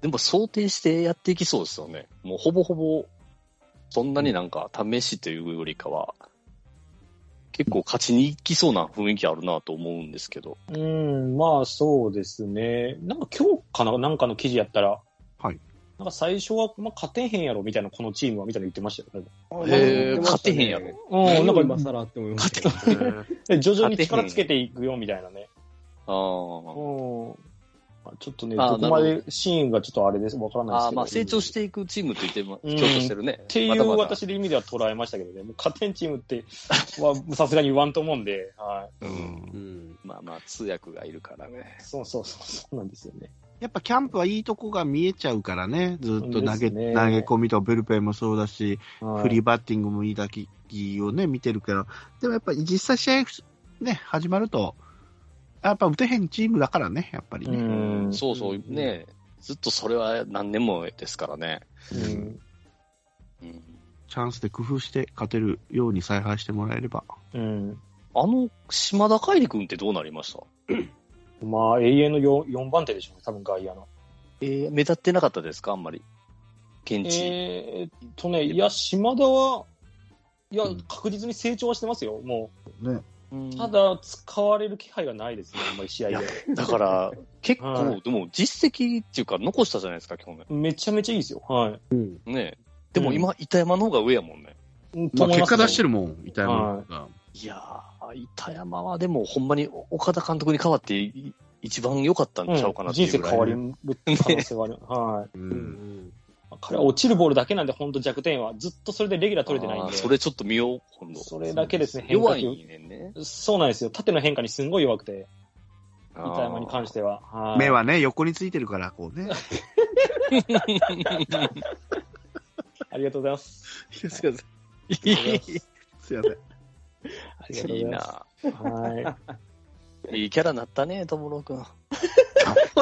Speaker 2: でも想定してやっていきそうですよね。もうほぼほぼ、そんなになんか試しというよりかは、結構勝ちにいきそうな雰囲気あるなと思うんですけど。
Speaker 1: うん、まあそうですね。なんか今日かな、なんかの記事やったら、
Speaker 3: はい。
Speaker 1: なんか最初は、まあ、勝てへんやろみたいな、このチームはみたいなの言ってましたよ。
Speaker 2: へー
Speaker 4: 勝
Speaker 2: 勝てへんやろ。
Speaker 1: うん、なんか
Speaker 4: 今更って思いましたね。
Speaker 3: ー。
Speaker 1: で徐々に力つけていくよみたいなね。う
Speaker 2: あ
Speaker 1: ん。まあちょっとね、
Speaker 2: あー
Speaker 1: どこまでシーンがちょっとあれです、わからないですけ
Speaker 2: あー、
Speaker 1: ど。
Speaker 2: まあ成長していくチームと言っても、強調してるね。っ
Speaker 1: っていう私で意味では捉えましたけどね、もう勝てんチームってはさすがに言わんと思うんで、は
Speaker 3: うん
Speaker 4: うん
Speaker 2: まあまあ通訳がいるからね
Speaker 1: い、。そうそうそう、そうなんですよね。
Speaker 3: やっぱキャンプはいいとこが見えちゃうからね、ずっと
Speaker 1: で
Speaker 3: 投げ,、
Speaker 1: すね
Speaker 3: 投げ込みとブルペンもそうだし、
Speaker 1: はい
Speaker 3: フリーバッティングもいい打撃をね、見てるけど、でもやっぱり実際試合、ね、始まると、やっぱ打てへんチームだからね、やっぱり
Speaker 1: う
Speaker 3: ね。
Speaker 1: ん、
Speaker 2: そうそう、
Speaker 1: ん
Speaker 2: ねずっとそれは何年もですからね。
Speaker 1: うん
Speaker 2: うん
Speaker 3: チャンスで工夫して勝てるように采配してもらえれば。
Speaker 1: うん
Speaker 2: あの、島田海里君ってどうなりました
Speaker 1: まあ、永遠の 4, 4番手でしょうね、多分外野の。
Speaker 2: えー目立ってなかったですかあんまり。現地。
Speaker 1: えーっとね、いや、島田は、いや
Speaker 3: うん、
Speaker 1: 確実に成長はしてますよ、も
Speaker 2: うん
Speaker 1: う。ただ、使われる気配がないですね、あんまり試合で。
Speaker 2: だから、結構、
Speaker 1: はい
Speaker 2: でも実績っていうか残したじゃないですか、去年。
Speaker 1: めちゃめちゃいいですよ、はい。
Speaker 4: うん
Speaker 2: ねでも今、板山の方が上やもんね。
Speaker 1: うん
Speaker 3: まあ、結果出して
Speaker 1: る。
Speaker 3: るもん、痛いもんが。
Speaker 2: いやー、板山はでもほんまに岡田監督に代わってい一番良かったん
Speaker 1: うん
Speaker 2: ちゃうかなってい
Speaker 1: 人
Speaker 2: うぐ
Speaker 1: 生
Speaker 2: らい、
Speaker 1: 変わりる可能性はある。はい。
Speaker 3: う。
Speaker 4: うんん
Speaker 1: 彼は落ちるボールだけなんで、本当弱点は。ずっとそれでレギュラー取れてないん
Speaker 2: あー
Speaker 1: で。
Speaker 2: それちょっと見よう、今度。
Speaker 1: それだけですね
Speaker 2: 弱
Speaker 1: 変化
Speaker 2: いねんね。
Speaker 1: そうなんですよ。縦の変化にすんごい弱くて、板山に関しては。い
Speaker 3: 目はね、横についてるから、こうね。
Speaker 1: ありがとうございます。
Speaker 3: いやす いません。すいません。
Speaker 1: ありがとう
Speaker 2: い
Speaker 1: ご
Speaker 2: い
Speaker 1: ざいます。
Speaker 2: な。
Speaker 1: はい。
Speaker 2: いいキャラになったね、トムロ君。
Speaker 3: ロ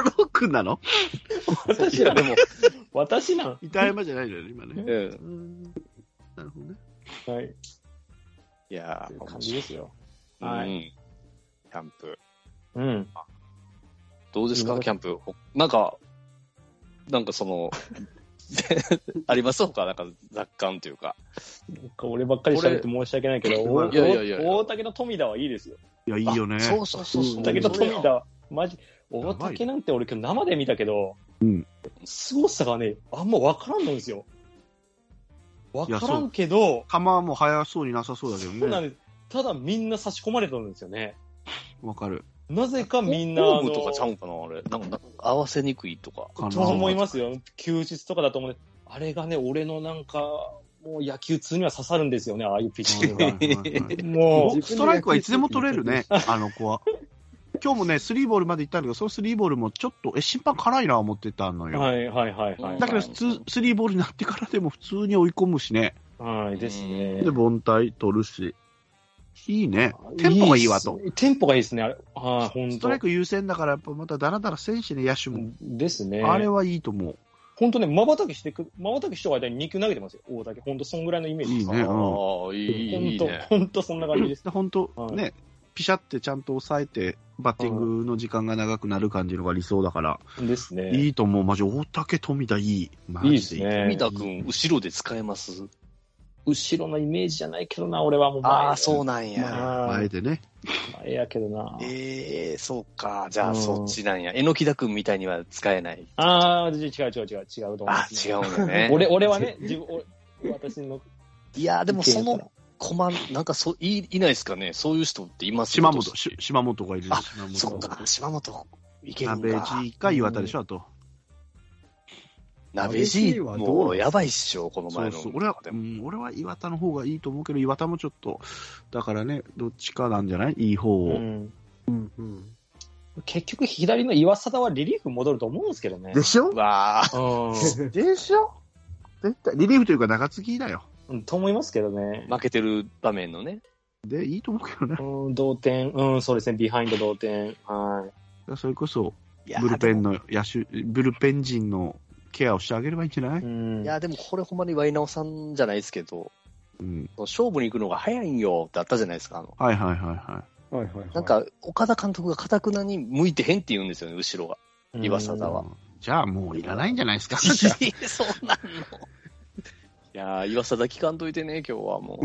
Speaker 3: ックなの
Speaker 2: い
Speaker 1: 私
Speaker 2: や、
Speaker 1: ら、
Speaker 2: でも、
Speaker 1: 私なん。
Speaker 3: 痛いまじゃないのよね、今ね。
Speaker 2: うん
Speaker 3: うんなるほどね。
Speaker 1: はい。
Speaker 2: いや
Speaker 1: という
Speaker 2: ー、
Speaker 1: 感じですよ。
Speaker 2: は
Speaker 1: はい
Speaker 2: い。キャンプ。
Speaker 1: うん。
Speaker 2: どうです
Speaker 1: う
Speaker 2: か、
Speaker 1: ん
Speaker 2: キャンプ。ほなんか、なんかその、 あります他、なんか雑感というか。
Speaker 1: なんか俺ばっかり喋って申し訳ないけど、
Speaker 3: これ
Speaker 1: お
Speaker 2: いやいやいや
Speaker 1: お大竹の富田はいいですよ。
Speaker 3: いや、いいよね。
Speaker 2: あそうそうそうそう。
Speaker 1: 大竹と富
Speaker 2: それや
Speaker 1: 田、マジ、大竹なんて俺今日生で見たけど、
Speaker 3: うん
Speaker 1: 凄さがね、あんま分からんのですよ。分からんけど、
Speaker 3: 球はもう速そうになさそうだけど
Speaker 1: そうなん
Speaker 3: ね。
Speaker 1: ですただみんな差し込まれたんですよね。
Speaker 3: わかる。
Speaker 1: なぜかみんな、
Speaker 2: ホー
Speaker 1: あの
Speaker 2: ムとかちゃうんかな、あれ。なんか、合わせにくいとか。
Speaker 3: かな
Speaker 1: と思いますよ。休日とかだと思うね。あれがね、俺のなんか、もう野球通には刺さるんですよね、ああいうピッチング
Speaker 3: はい
Speaker 1: が。
Speaker 3: はいはい
Speaker 1: も
Speaker 3: ストライクはいつでも取れる ね、あの子は。今日もね、スリーボールまで行ったんだけど、そのスリーボールもちょっと、え、審判辛いな、思ってたの
Speaker 1: う、
Speaker 3: よ。
Speaker 1: はいはいはいはい。
Speaker 3: だけど、
Speaker 2: はい
Speaker 3: 普通、スリーボールになってからでも普通に追い込むしね。
Speaker 1: はい、ですね
Speaker 3: で、。凡退取るし。いいね。テンポがいいわと
Speaker 1: っ。す。テンポがいいですね、あれ。はい、ほん
Speaker 3: スト
Speaker 1: と
Speaker 3: ライ。ク優先だから、やっぱまただらだら選手ね、野手も。
Speaker 1: ですね。
Speaker 3: あれはいいと思う。
Speaker 1: 本当ね、まばたきしてく、まばたきしてる間に2球投げてますよ、大竹。本当そんぐらいのイメージ
Speaker 3: い
Speaker 1: で
Speaker 3: い
Speaker 1: す。
Speaker 3: ね。うん
Speaker 2: ああ、いい、いい
Speaker 1: 本当、
Speaker 2: ね。
Speaker 1: 本当そんな感じです。
Speaker 3: で本当、
Speaker 1: はい
Speaker 3: ね、ピシャってちゃんと抑えて、バッティングの時間が長くなる感じのが理想だから、
Speaker 1: ですね。
Speaker 3: いいと思う、マジ、大竹、富田、いい、マ
Speaker 1: いいで
Speaker 3: ジ
Speaker 1: す
Speaker 3: でいい。
Speaker 1: ね
Speaker 2: 富。田君、後ろで使えます
Speaker 1: 後ろのイメージじゃないけどな、俺はもう前。
Speaker 2: ああ、そうなんや。
Speaker 1: まあ
Speaker 3: 前でね、
Speaker 1: 前やけどな。
Speaker 2: ええそうか。じゃ
Speaker 1: う
Speaker 2: あ、
Speaker 1: ん
Speaker 2: そっちなんや。えのきだ君みたいには使えない。
Speaker 1: ああ、違う違う違う、違うと思いま
Speaker 2: あ
Speaker 1: す
Speaker 2: 違
Speaker 1: ね、。
Speaker 2: うんだね
Speaker 1: 俺、俺はね、自分、俺私 の。
Speaker 2: いや、でもそ
Speaker 1: 意見や
Speaker 2: の、コマ、なんかそう、い、いないですかね。そういう人って今、
Speaker 3: 島本、し島本がいる
Speaker 2: あ
Speaker 3: 島本。
Speaker 2: そっか、島本、いけるん
Speaker 3: 鍋
Speaker 2: か。
Speaker 3: 地か岩田でしょ、あと。
Speaker 2: 鍋じ
Speaker 4: 鍋爺はどう
Speaker 2: もうやばいっしょ、この
Speaker 3: そ
Speaker 2: 前
Speaker 3: う
Speaker 2: の。
Speaker 3: そう。俺は、うん、俺は岩田の方がいいと思うけど、岩田もちょっと、だからね、どっちかなんじゃないいい方を。
Speaker 1: うん
Speaker 4: うんうん。
Speaker 1: 結局、左の岩貞はリリーフ戻ると思うんですけどね。
Speaker 3: しょ
Speaker 2: わあ、
Speaker 1: う
Speaker 3: でしょ絶対、リリーフというか中継ぎだよ。
Speaker 1: ん。と思いますけどね。
Speaker 2: 負けてる場面のね。
Speaker 3: で、いいと思うけどね。だか
Speaker 1: うん、同点。うん、そうですね。ビハインド同点。はい。
Speaker 3: らそれこそ、
Speaker 2: いや
Speaker 3: ブルペン
Speaker 2: の。
Speaker 3: の野手、ブルペン陣のケアをしてあげればいいんじゃない、
Speaker 1: うん。
Speaker 2: いや、でもこれほんまにワイナオさんじゃないですけど、
Speaker 3: うん、
Speaker 2: 勝負に行くのが早いんよってあったじゃないですか。あの
Speaker 3: はいはいはいは
Speaker 4: はいはいはい。
Speaker 2: なん、か、岡田監督がかたくなに向いてへんって言うんですよね、後ろ が。
Speaker 1: うん
Speaker 2: 岩貞
Speaker 3: い。
Speaker 2: は。
Speaker 3: じゃあもういらないんじゃないですか
Speaker 2: そうなん の。いやー、岩佐だ聞かんといてね、今日は も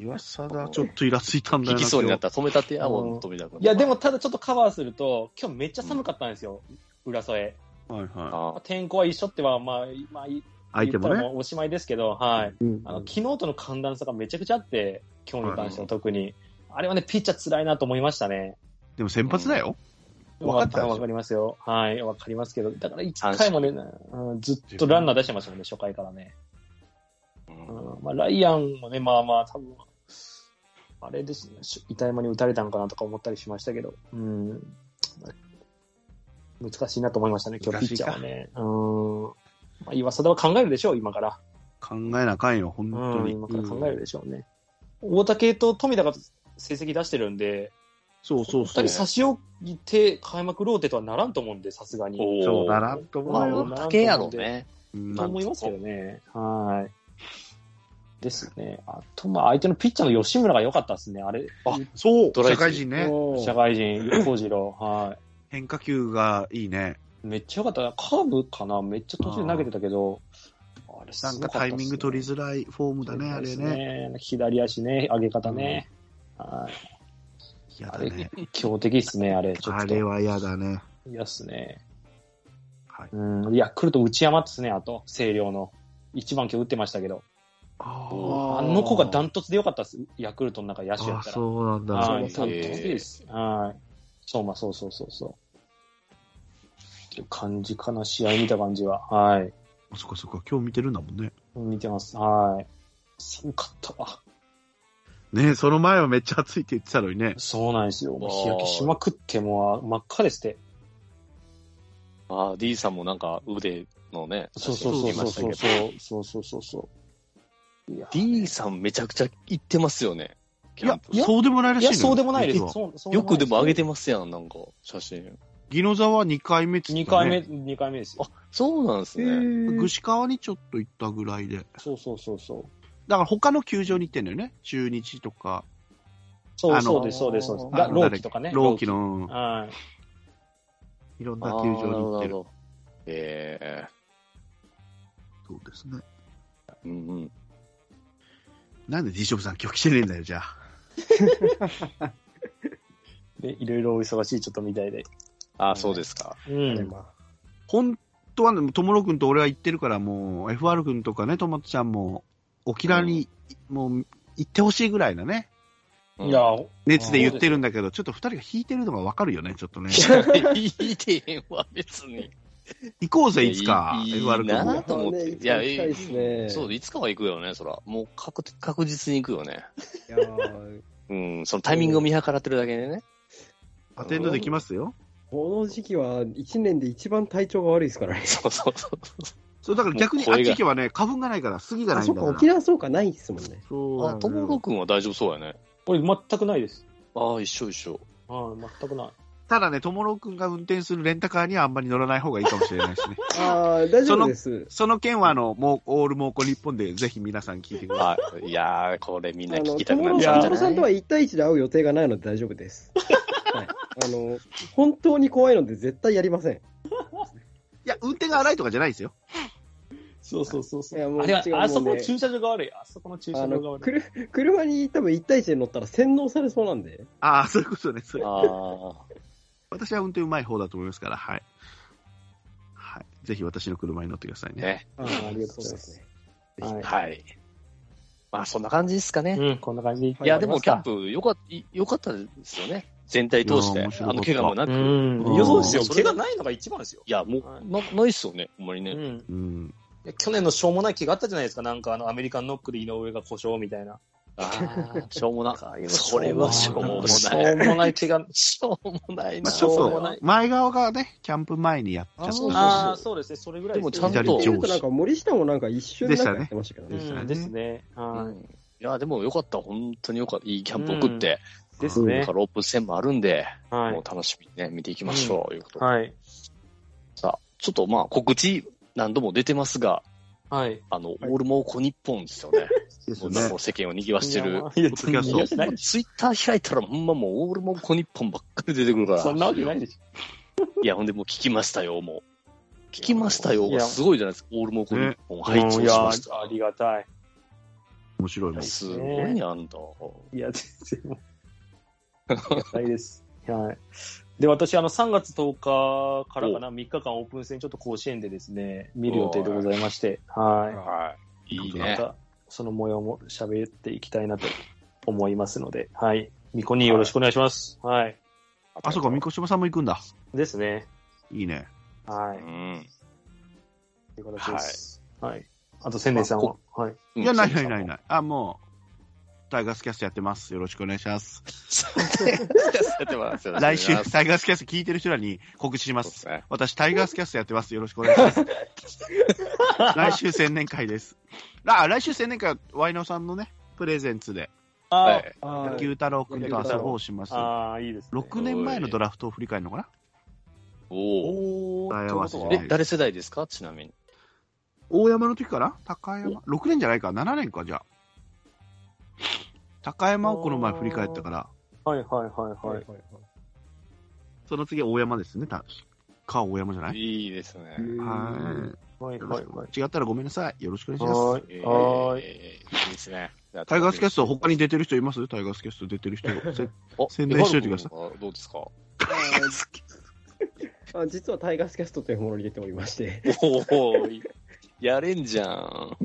Speaker 3: 岩貞ちょっとイラついたん
Speaker 2: う。
Speaker 3: だ
Speaker 2: 引
Speaker 3: よな。。
Speaker 2: きそうになったたら止めたってやもん、富田君。
Speaker 1: いや、でも、、ただちょっとカバーすると、今日めっちゃ寒かったんですよ。浦添。
Speaker 3: はいはい。
Speaker 2: あ
Speaker 1: 天候は一緒っては、まあ、まあ、
Speaker 3: 相手
Speaker 1: 言った
Speaker 3: も
Speaker 1: ら
Speaker 3: ね。
Speaker 1: もうおしまいですけど、はい。
Speaker 4: うん、
Speaker 1: あの昨日との寒暖差がめちゃくちゃあって、今日に関しては特に、あれはね、ピッチャー辛いなと思いましたね。
Speaker 3: でも先発だよ。分かったでしょ
Speaker 1: わかりますよ。はい、わかりますけど、だから一回もね、うんずっとランナー出してましたもんね、初回からね。
Speaker 2: ー
Speaker 1: うんまあ、ライアンもね、まあまあ、多分あれですね、し板山に打たれたのかなとか思ったりしましたけど、うん、難しいなと思いましたね、今日ピッチャーはね。うんまあ、岩貞は考えるでしょう、今から。
Speaker 3: 考えなあかんよ、本当
Speaker 1: うん、
Speaker 3: に。
Speaker 1: 今から考えるでしょうね。大竹と富田が成績出してるんで、
Speaker 3: そうそうそ
Speaker 1: 二
Speaker 3: う。
Speaker 1: 人差し置いて開幕ローテとはならんと思うんで、さすがに。
Speaker 2: おー
Speaker 3: そうだなと思
Speaker 2: ま
Speaker 3: う
Speaker 2: あ、
Speaker 3: よ。
Speaker 2: だけやろね。
Speaker 3: うん
Speaker 1: と思いますけどね。はい。ですね。あと、まあ、相手のピッチャーの吉村が良かったですね。あれ、
Speaker 3: あ、そう、
Speaker 2: ドラ
Speaker 3: 社
Speaker 2: イチ
Speaker 3: 会人ね。
Speaker 4: おー
Speaker 1: 社会人、横次郎。は
Speaker 3: 変化球がいいね。
Speaker 1: い。めっちゃ良かった。カーブかなめっちゃ途中で投げてたけど、あれ、す
Speaker 3: な
Speaker 1: ご
Speaker 3: ん
Speaker 1: か
Speaker 3: か
Speaker 1: ったっすね
Speaker 3: タイミング取りづらいフォームだね、あれね。
Speaker 1: ね。左足ね、上げ方ね。はい。
Speaker 3: や
Speaker 1: あ
Speaker 3: だ
Speaker 1: れ
Speaker 3: ね。、
Speaker 1: 強敵っすね、あれ。ちょっと
Speaker 3: あれは嫌だね。
Speaker 1: いやっすね。
Speaker 3: はい
Speaker 1: うん。いや、来ると内山っすね、あと、星稜の。一番今日打ってましたけど。
Speaker 3: あ
Speaker 1: あの子がダントツでよかったっす。ヤクルトの中、野手や
Speaker 3: あ
Speaker 1: ったら。
Speaker 3: そうなんだ。
Speaker 1: はい、
Speaker 4: そう
Speaker 1: ダ
Speaker 4: なん
Speaker 1: ン
Speaker 4: だ
Speaker 1: トツです。はい。そう、まあ、そうそうそうそう。っていう感じかな、試合見た感じは。はい。
Speaker 3: あそっかそっか、今日見てるんだもんね。
Speaker 1: 見てます。はい。寒かったわ。
Speaker 3: ねえその前はめっちゃ暑いって言ってたのにね。
Speaker 1: そうなんですよ。もう
Speaker 2: あー
Speaker 1: 日焼けしまくって、もう真っ赤ですって。
Speaker 2: ああ、D さんもなんか腕のね、
Speaker 1: そうそうそうそうそう
Speaker 2: 写真見ましたけ
Speaker 1: そうそうそうそう。いや
Speaker 2: ど D さんめちゃくちゃ行ってますよね。
Speaker 3: い
Speaker 2: キャ
Speaker 3: や
Speaker 2: ンプ、
Speaker 1: いや
Speaker 3: そうでもないら
Speaker 1: い
Speaker 3: しいの
Speaker 1: や、そうでもないです。
Speaker 3: 実は
Speaker 1: そうそう
Speaker 2: よくでも上げ
Speaker 1: て
Speaker 2: てますやん、なんか、写真。
Speaker 3: ギノザは2回目っつって、ね。
Speaker 1: 二回目、。二回目ですよ。
Speaker 2: そうなんです
Speaker 4: へ
Speaker 2: ね。
Speaker 4: ー
Speaker 3: 串川にちょっと行ったぐらいで。
Speaker 1: そうそうそうそう。
Speaker 3: だから他の球場に行ってんのよね。中日とか、
Speaker 1: そう
Speaker 3: あの
Speaker 1: そうです、そうです、そうです。
Speaker 3: あ
Speaker 1: ラ
Speaker 3: の
Speaker 1: ローキとかね。
Speaker 3: ローキの、うん
Speaker 1: はい
Speaker 3: ろん
Speaker 2: あ
Speaker 3: な
Speaker 2: ー
Speaker 3: 球場に行って
Speaker 2: な
Speaker 3: る。
Speaker 2: ほどえ
Speaker 3: そうですね。
Speaker 2: えうんうん。
Speaker 3: なんで D ショップさん今日来てねえんだよ、じゃあ。
Speaker 1: い。で、いろいろお忙しいちょっとみたいで。
Speaker 2: ああ、そうですか。
Speaker 1: う
Speaker 4: あれ
Speaker 1: ん。
Speaker 4: まあ
Speaker 3: 本当はね、ともろくんと俺は行ってるから、もう、FR くんとかね、ともとちゃんも、沖縄に、もう、行ってほしいぐらいなね。
Speaker 2: うん
Speaker 1: いや、
Speaker 3: 熱で言ってるんだけど、ちょっと二人が引いてるのがわかるよね、ちょっとね。
Speaker 2: いや、いいてへんわ、別に。
Speaker 3: 行こうぜ、いつか。
Speaker 2: いやいい
Speaker 3: FR 君
Speaker 2: な
Speaker 3: も
Speaker 2: あと思って
Speaker 4: ねいつか行きたいですね。
Speaker 2: そう、いつかは行くよね、そら。もう確確実に行くよね。
Speaker 4: いやー
Speaker 2: うん、そのタイミングを見計らってるだけでね。
Speaker 3: アテンドできますよ。
Speaker 4: この時期は1年で一番体調が悪いですからね。
Speaker 2: そうそうそう。
Speaker 3: そう、だから逆に
Speaker 2: もう
Speaker 3: あっ
Speaker 2: 声
Speaker 3: ち
Speaker 2: が
Speaker 3: 行けばね、花粉がないから、杉が
Speaker 4: あ、
Speaker 3: ない
Speaker 4: そ
Speaker 3: ん
Speaker 4: っ
Speaker 3: だ
Speaker 4: か、
Speaker 3: から。
Speaker 4: 沖縄そうかないですもんね。
Speaker 3: そう
Speaker 2: あ、
Speaker 3: な
Speaker 2: と
Speaker 3: の
Speaker 2: も
Speaker 3: よ
Speaker 2: ろくんは大丈夫そうやね。
Speaker 1: 俺全くないです。
Speaker 2: ああ、一緒一緒。
Speaker 1: はい、全くない。
Speaker 3: ただね、ともろくんが運転するレンタカーにはあんまり乗らない方がいいかもしれない しね。
Speaker 4: ああ、大丈夫です。
Speaker 3: その件は、あの、もう、オール猛虎日本で、ぜひ皆さん聞いてください。
Speaker 2: はい。いやー、これみんな
Speaker 4: あ
Speaker 2: 聞
Speaker 4: の、
Speaker 2: きた
Speaker 4: ト
Speaker 2: く
Speaker 4: モ
Speaker 2: なっ
Speaker 4: ロ
Speaker 2: ちゃうんじゃ
Speaker 4: さんと
Speaker 2: な
Speaker 4: はい1対1で会う予定がないので大丈夫です。はい。あの、本当に怖いので絶対やりません。
Speaker 3: いや、運転が荒いとかじゃないですよ。
Speaker 1: そうそうそうそ
Speaker 4: いや
Speaker 1: う。
Speaker 4: もう
Speaker 1: あれは
Speaker 4: 違うもうね
Speaker 1: あそこの駐車場が悪い。あそこの駐
Speaker 4: あ
Speaker 1: 車場が
Speaker 4: の、
Speaker 1: 悪
Speaker 4: く
Speaker 1: い。
Speaker 4: る車に多分1対1で乗ったら洗脳されそうなんで。
Speaker 3: ああ、そういうことね。それ
Speaker 2: あー
Speaker 3: 私は運転うまい方だと思いますから、はい。はい。ぜひ私の車に乗ってくださいね。
Speaker 2: ね。
Speaker 4: あ
Speaker 1: ーありがとうございます
Speaker 4: ね。
Speaker 1: はい。
Speaker 2: はい。まあ、そんな感じですかね。
Speaker 1: うん、こんな感じ。
Speaker 2: いや、でも、キャ
Speaker 1: か
Speaker 2: ップ、よかった、よかったですよね。全体通し
Speaker 3: い
Speaker 2: て
Speaker 3: やー面白。か
Speaker 2: あ
Speaker 3: った
Speaker 2: の、怪我もなく。
Speaker 1: う
Speaker 2: い
Speaker 1: ん。
Speaker 3: うん
Speaker 1: いや、そうですよ。
Speaker 2: そ
Speaker 1: 怪
Speaker 2: れが
Speaker 1: 我ないのが一番ですよ。
Speaker 2: や、も
Speaker 1: は
Speaker 2: う、な、ないっすよね。ほんまに
Speaker 1: う
Speaker 2: ね。
Speaker 1: ん。
Speaker 3: うん。
Speaker 1: いや去年のしょうもない怪我あったじゃないですか。なんか、あの、アメリカンノックで井上が故障みたいな。
Speaker 2: ああ、 しょうもな。そ
Speaker 1: そ
Speaker 2: れ
Speaker 1: れ
Speaker 2: は
Speaker 1: は
Speaker 2: し
Speaker 1: し
Speaker 2: ょ
Speaker 1: ょ
Speaker 2: う
Speaker 1: う
Speaker 2: も
Speaker 1: も
Speaker 2: な
Speaker 1: ないい。怪我。
Speaker 2: しょうもないな。
Speaker 3: まあ、ちょっ
Speaker 1: しょうもない
Speaker 3: と、前側がね、キャンプ前にやっちゃった
Speaker 2: そうそう
Speaker 1: ああ、そうですね。それぐらい
Speaker 2: で
Speaker 1: ね
Speaker 2: もちゃんと
Speaker 4: 見てるとなんか森下もなんか一瞬なんかやってましたけど
Speaker 1: う
Speaker 4: ね。
Speaker 1: んですね。
Speaker 2: う
Speaker 1: は
Speaker 2: んいや、でもよかった。本当によかった。いいキャンプ送って。
Speaker 1: い。ですね
Speaker 2: なんか。ロープ戦もあるんで、
Speaker 1: は
Speaker 2: もう
Speaker 1: い。
Speaker 2: 楽しみにね、見ていきましょう。いうことで
Speaker 1: はい。
Speaker 2: さあ、ちょっとまあ、告知何度も出てますが、
Speaker 1: はい。
Speaker 2: あの、オールモーコ日本ですよね。
Speaker 3: です
Speaker 2: もう
Speaker 3: よ
Speaker 2: 今
Speaker 3: ね
Speaker 2: もう。世間を賑わしてる。
Speaker 1: いや
Speaker 3: ポッドキャスト
Speaker 1: いやいやない
Speaker 2: ツイッター開いたら、ほんまもう、オールモンコ日本ばっかり出てくるから。
Speaker 1: そんなわけないでし
Speaker 2: いや、ほんでもう聞きましたよ、もう。聞きましたよ、
Speaker 1: いや
Speaker 2: すごいじゃないですか。オールモンコ日本
Speaker 1: ょ。
Speaker 2: 配置
Speaker 1: うんい
Speaker 2: し
Speaker 1: や、
Speaker 2: ました。
Speaker 1: ありがたい。
Speaker 3: 面白いもん。
Speaker 2: すごいね、あんた。
Speaker 1: いや、全然もう。ありが たいです。はい。で、私、あの、3月10日からかな、3日間オープン戦、ちょっと甲子園でですね、見る予定でございまして、はい。
Speaker 2: はい。いい
Speaker 1: ま
Speaker 2: ね。
Speaker 1: たその模様も喋っていきたいなと思いますので、はい。みこによろしくお願いします。はい。
Speaker 3: あ、そうか、三越島さんも行くんだ。
Speaker 1: ですね。
Speaker 3: いいね。
Speaker 1: は
Speaker 2: う
Speaker 1: い。
Speaker 2: ん。
Speaker 1: という形です。はい。あと、千年さん
Speaker 2: ま
Speaker 1: は。はい。
Speaker 2: い
Speaker 3: いや、な いないないない。あ、もう、タイガースキャストやってます。よろしくお願いします。 来週、タイガースキャスト聞いてる人らに告知します。
Speaker 2: そうですね
Speaker 3: 私、タイガースキャストやってます。よろしくお願いします。来週、千年会です。あ、来週、千年会は、ワイナオさんのね、プレゼンツで、
Speaker 1: あ
Speaker 2: はい
Speaker 4: あ
Speaker 3: 野球太郎君と遊ぼうします。
Speaker 1: あー、いいですね。
Speaker 3: 6年前のドラフトを振り返るのかな
Speaker 2: おお。
Speaker 1: お
Speaker 3: 答え合わせじゃな
Speaker 2: え
Speaker 3: い、
Speaker 2: 誰世代ですかちなみに。
Speaker 3: 大山の時かな高山 ?6 年じゃないか ?7 年か、じゃあ。高山をこの前振り返ったから、
Speaker 1: はいはいはいはい。
Speaker 3: その次大山ですね、たか大山じゃない
Speaker 2: いいですね。
Speaker 3: は
Speaker 1: はい
Speaker 3: い。よ
Speaker 1: はい
Speaker 3: ろし
Speaker 1: はい。
Speaker 3: く違ったらごめんなさい。よろしくお願いします。
Speaker 1: は
Speaker 2: え
Speaker 1: い。
Speaker 2: ー
Speaker 1: はーい。
Speaker 2: えーいいですね。
Speaker 3: タイガースキャスト、他に
Speaker 2: で、
Speaker 3: 出てる人いますタイガースキャスト出てる人。せ
Speaker 2: お
Speaker 3: 宣伝しといてくださ
Speaker 2: エ
Speaker 3: い。
Speaker 2: バル君はどうですか
Speaker 4: あーあ実はタイガースキャストというものに出ておりまして、
Speaker 2: おお、やれんじゃん。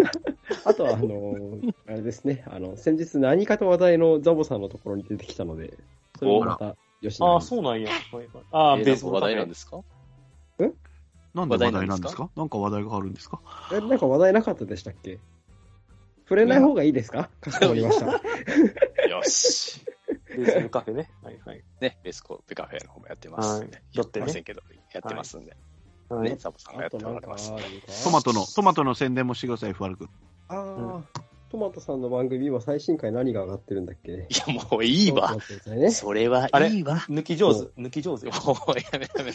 Speaker 4: あとは、あの、あれですね、あの、先日何かと話題のザボさんのところに出てきたので、それもまた、吉野
Speaker 1: あ
Speaker 4: に
Speaker 1: あ、そうなんや。はいはいああ、
Speaker 2: え
Speaker 1: ベ
Speaker 2: ー
Speaker 1: ースボール
Speaker 2: 話題
Speaker 1: カ
Speaker 2: なん
Speaker 1: フェ
Speaker 2: ですか
Speaker 3: なんで話題なんですかなんか話題があるんですか
Speaker 4: え、なんか話題なかったでしたっけ触れない方がいいですかかしこまりました。
Speaker 2: よし。
Speaker 1: ベースボールカフェね。はいはい。
Speaker 2: ね、ベースコペカフェの方もやってますんで。
Speaker 1: はいやってね
Speaker 2: ませんけど、やってますんで。
Speaker 1: は
Speaker 2: ね、
Speaker 1: い。
Speaker 2: サボさんがや
Speaker 4: あ
Speaker 2: って
Speaker 4: と
Speaker 2: も
Speaker 4: な
Speaker 2: ら
Speaker 4: ん
Speaker 2: ってます
Speaker 4: かあ。る
Speaker 3: トマトの、トマトの宣伝もしてください、FR 君。
Speaker 4: ああー、トマトさんの番組、今最新回何が上がってるんだっけ
Speaker 2: いや、もういいわ。。
Speaker 4: ちょっと待ってくださいね
Speaker 2: それはいいわ。
Speaker 1: 抜き上手。抜き上手よ。
Speaker 2: もうやめやめ。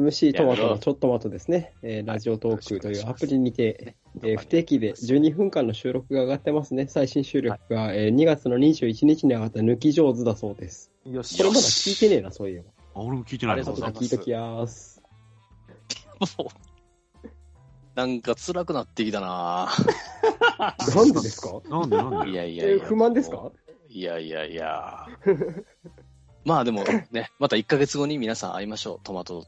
Speaker 4: MC トマトのちょっと待とですね、えーラジオトークというアプリにて、えー不定期で12分間の収録が上がってますね。最新収録が、えー2月の21日に上がった抜き上手だそうです。
Speaker 1: よし。
Speaker 4: これまだ
Speaker 2: し
Speaker 4: 聞いてねえな、そういえば。
Speaker 3: あ、俺も聞いてない
Speaker 2: あり
Speaker 3: な
Speaker 2: が
Speaker 4: 後
Speaker 2: とうご
Speaker 4: で
Speaker 2: ざいます
Speaker 4: 聞いときやーす。
Speaker 2: もうなんか辛くなってきたな
Speaker 4: なんでですか
Speaker 3: なんでなん
Speaker 2: い
Speaker 3: で
Speaker 2: やいや
Speaker 4: え
Speaker 2: い
Speaker 4: ー
Speaker 2: や。
Speaker 4: 不満ですか
Speaker 2: いやいやい や。まあでもね、また1ヶ月後に皆さん会いましょう。トマト、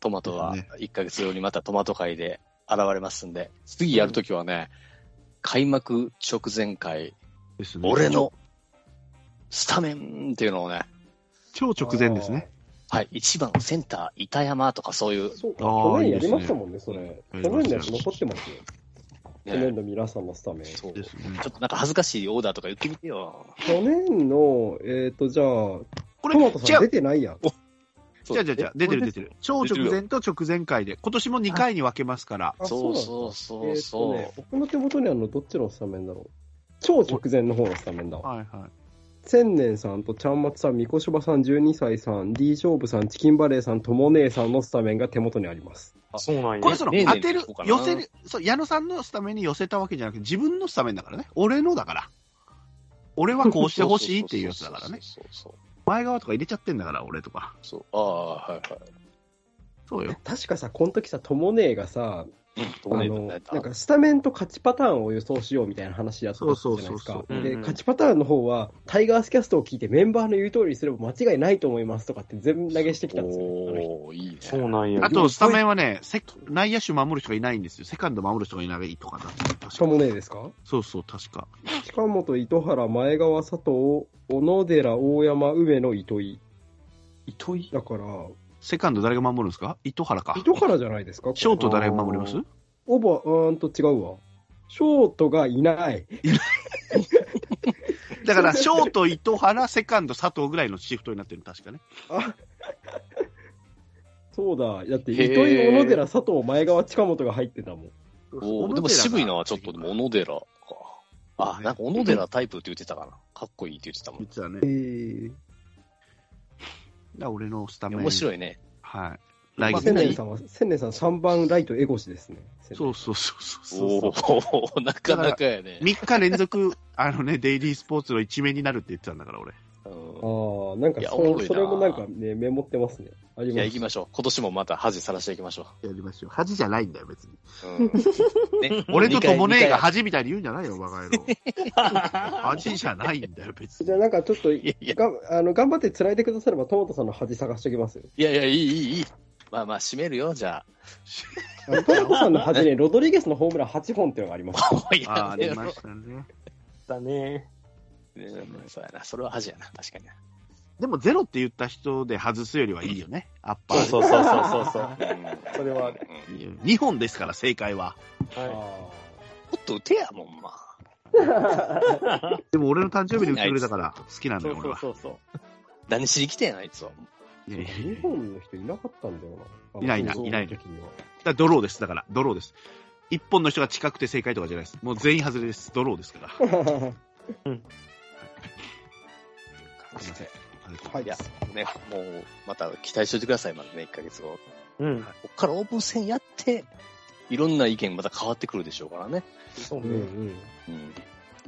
Speaker 2: トマトは
Speaker 3: ね
Speaker 2: 1ヶ月後にまたトマト会で現れますんで、次やるときはね、開幕直前会、
Speaker 3: ですね
Speaker 2: 俺のスタメンっていうのをね、
Speaker 3: 超直前ですね。
Speaker 2: はい、1番センター、板山とかそういう、
Speaker 4: そうか、
Speaker 3: あー
Speaker 4: 去年やりましたもんね、それ。
Speaker 3: うん
Speaker 4: 去年のやつ残ってますよ。去
Speaker 2: ね
Speaker 4: 年の皆さんのスタメン。
Speaker 2: そう
Speaker 3: で
Speaker 2: ち
Speaker 3: すね
Speaker 2: ょっとなんか恥ずかしいオーダーとか言ってみてよ。
Speaker 4: 去年の、えっ、と、じゃあ、
Speaker 3: これ、
Speaker 4: ト
Speaker 3: 違
Speaker 4: マトさん
Speaker 3: う、
Speaker 4: 出てないやん。
Speaker 3: 違う違う違う、出てる出てる。超直前と直前回で、今年も2回に分けますから、
Speaker 4: あ
Speaker 2: そう
Speaker 4: う
Speaker 2: そ
Speaker 4: なん
Speaker 2: う
Speaker 4: だ
Speaker 2: そうそう。
Speaker 4: えーっとね、僕の手元にあるの、どっちのスタメンだろう。超直前の方のスタメンだわ。
Speaker 3: はいはい。
Speaker 4: 千年さんとちゃんまつさん、みこしばさん、12歳さん、D ジョーブさん、チキンバレーさん、ともねえさんのスタメンが手元にあります。
Speaker 1: そうなんや。
Speaker 3: これその、
Speaker 2: ねえねえ
Speaker 3: 当てる
Speaker 2: そうか、な
Speaker 3: 寄せる、そう、矢野さんのスタメンに寄せたわけじゃなくて、自分のスタメンだからね。俺のだから。俺はこうしてほしいっていうやつだからね。
Speaker 2: そうそう
Speaker 3: 前側とか入れちゃってんだから、俺とか。
Speaker 2: そうそう。ああー、はいはい。
Speaker 3: そうよ。
Speaker 4: 確かさ、この時さ、ともねえがさ、
Speaker 2: ど
Speaker 4: あ
Speaker 2: うね
Speaker 4: の、なんかスタメンと勝ちパターンを予想しようみたいな話やったじゃないです
Speaker 3: そう
Speaker 4: か
Speaker 3: そう。
Speaker 1: そうそう
Speaker 4: で、
Speaker 1: うん
Speaker 4: 勝ちパターンの方は、タイガースキャストを聞いてメンバーの言う通りにすれば間違いないと思いますとかって全部投げしてきたんですよねあの人。
Speaker 2: おー、いいね。
Speaker 1: そうなんや。
Speaker 3: あと、スタメンはね、セ内野手守る人がいないんですよ。セカンド守る人がいないとかだった。確
Speaker 4: と
Speaker 3: か
Speaker 4: もねえですか
Speaker 3: そうそう、確か。
Speaker 4: 近本、糸原、前川、佐藤、小野寺、大山、上野、糸井。
Speaker 1: 糸井
Speaker 4: だから、
Speaker 3: セカンド誰が守るんですか糸原か。
Speaker 4: 糸原じゃないですか
Speaker 3: ショート誰が守ります
Speaker 4: オバ、うーんと違うわ。ショートがいない。
Speaker 3: だから、ショート、糸原、セカンド、佐藤ぐらいのシフトになってるの、確かね。
Speaker 4: あそうだ。だって、
Speaker 2: へー
Speaker 4: 糸井、小野寺、佐藤、前川、近本が入ってたもん。
Speaker 2: おーでも渋いな、ちょっと、でも、小野寺か。あ、なんか、小野寺タイプって言ってたかな。かっこいいって言ってたもん。い
Speaker 3: 実はね。
Speaker 4: え
Speaker 3: だか
Speaker 4: ー、
Speaker 3: ら俺のスタメ
Speaker 2: や
Speaker 3: ン。
Speaker 2: 面
Speaker 3: い。
Speaker 2: 白いね。
Speaker 3: はい。来月
Speaker 4: 千
Speaker 2: まあ
Speaker 4: 年さんは、千年さん3番ライトエゴシですね。
Speaker 3: そうそうそうそうそう
Speaker 2: おおなかなかやね。
Speaker 3: 3日連続、あのね、デイリースポーツの一面になるって言ってたんだから、俺。
Speaker 2: うん
Speaker 4: ああ、なんか
Speaker 2: いやおもろい
Speaker 4: そ
Speaker 2: な
Speaker 4: それもなんかね、メモってますね。あり
Speaker 2: い
Speaker 4: ま
Speaker 2: や、
Speaker 4: す
Speaker 2: 行きましょう。今年もまた恥さらしていきましょ
Speaker 3: やりましょう。恥じゃないんだよ、別に。
Speaker 2: う。う んね
Speaker 3: 俺とともねえが
Speaker 2: 二回
Speaker 3: 恥みたいに言うんじゃないよ、バカ野郎。 恥じゃないんだよ、別
Speaker 4: じゃあ
Speaker 3: に。
Speaker 4: なんかちょっと、
Speaker 2: いやいや
Speaker 4: があの頑張って繋いでくだされば、トモトさんの恥探しておきますよ。
Speaker 2: いやいや、いい、いい、いい。まあまあ、締めるよ、じゃ
Speaker 4: あのトモトさんの恥に、ロドリゲスのホームラン8本っていうのがあります。
Speaker 2: あ。い
Speaker 3: あー
Speaker 2: や
Speaker 3: あ
Speaker 2: ね
Speaker 3: りましたね。
Speaker 1: だね。
Speaker 2: ねそうやな。それは恥やな。確かにな。
Speaker 3: でも、ゼロって言った人で外すよりはいいよね、アッパー
Speaker 1: そう
Speaker 3: で。
Speaker 1: そうそうそうそうそう。
Speaker 2: うん
Speaker 1: それはある
Speaker 2: うん
Speaker 3: いいよ2本ですから、正解は。
Speaker 1: は。
Speaker 2: もっと打てやもん、まあ。
Speaker 3: でも、俺の誕生日に打ってくれたから、好きないん
Speaker 1: そ
Speaker 3: だよ、
Speaker 1: う
Speaker 3: 俺
Speaker 1: そう
Speaker 3: は。
Speaker 1: そうそう。
Speaker 2: 何しに来てん、あいつは。
Speaker 3: いやいやいや
Speaker 4: 日本の人いなかったんだよな。
Speaker 3: いないいない
Speaker 4: あの
Speaker 3: いない
Speaker 4: その時には
Speaker 3: だからドローです、だから、ドローです。1本の人が近くて正解とかじゃないです。もう全員外れです。ドローですから。すいません
Speaker 4: はい
Speaker 2: いや、ね、もう、また期待しといてください、まだね、1ヶ月後。
Speaker 1: うん。
Speaker 2: こっからオープン戦やって、いろんな意見また変わってくるでしょうからね。
Speaker 1: そう
Speaker 4: うんう
Speaker 1: ね。
Speaker 4: ん。
Speaker 2: うん。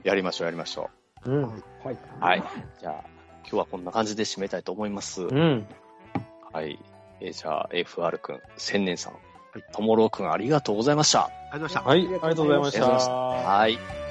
Speaker 2: やりましょう、やりましょ
Speaker 1: うん。
Speaker 4: はい。
Speaker 2: う。はい。じゃあ、今日はこんな感じで締めたいと思います。
Speaker 1: うん。
Speaker 2: はい。えーじゃあ、FR くん、千年さん、ともろうくん、ありがとうございました。
Speaker 3: ありがとうございました。
Speaker 1: はい。ありがとうございまし
Speaker 2: ありがとうご
Speaker 1: た。
Speaker 2: はい。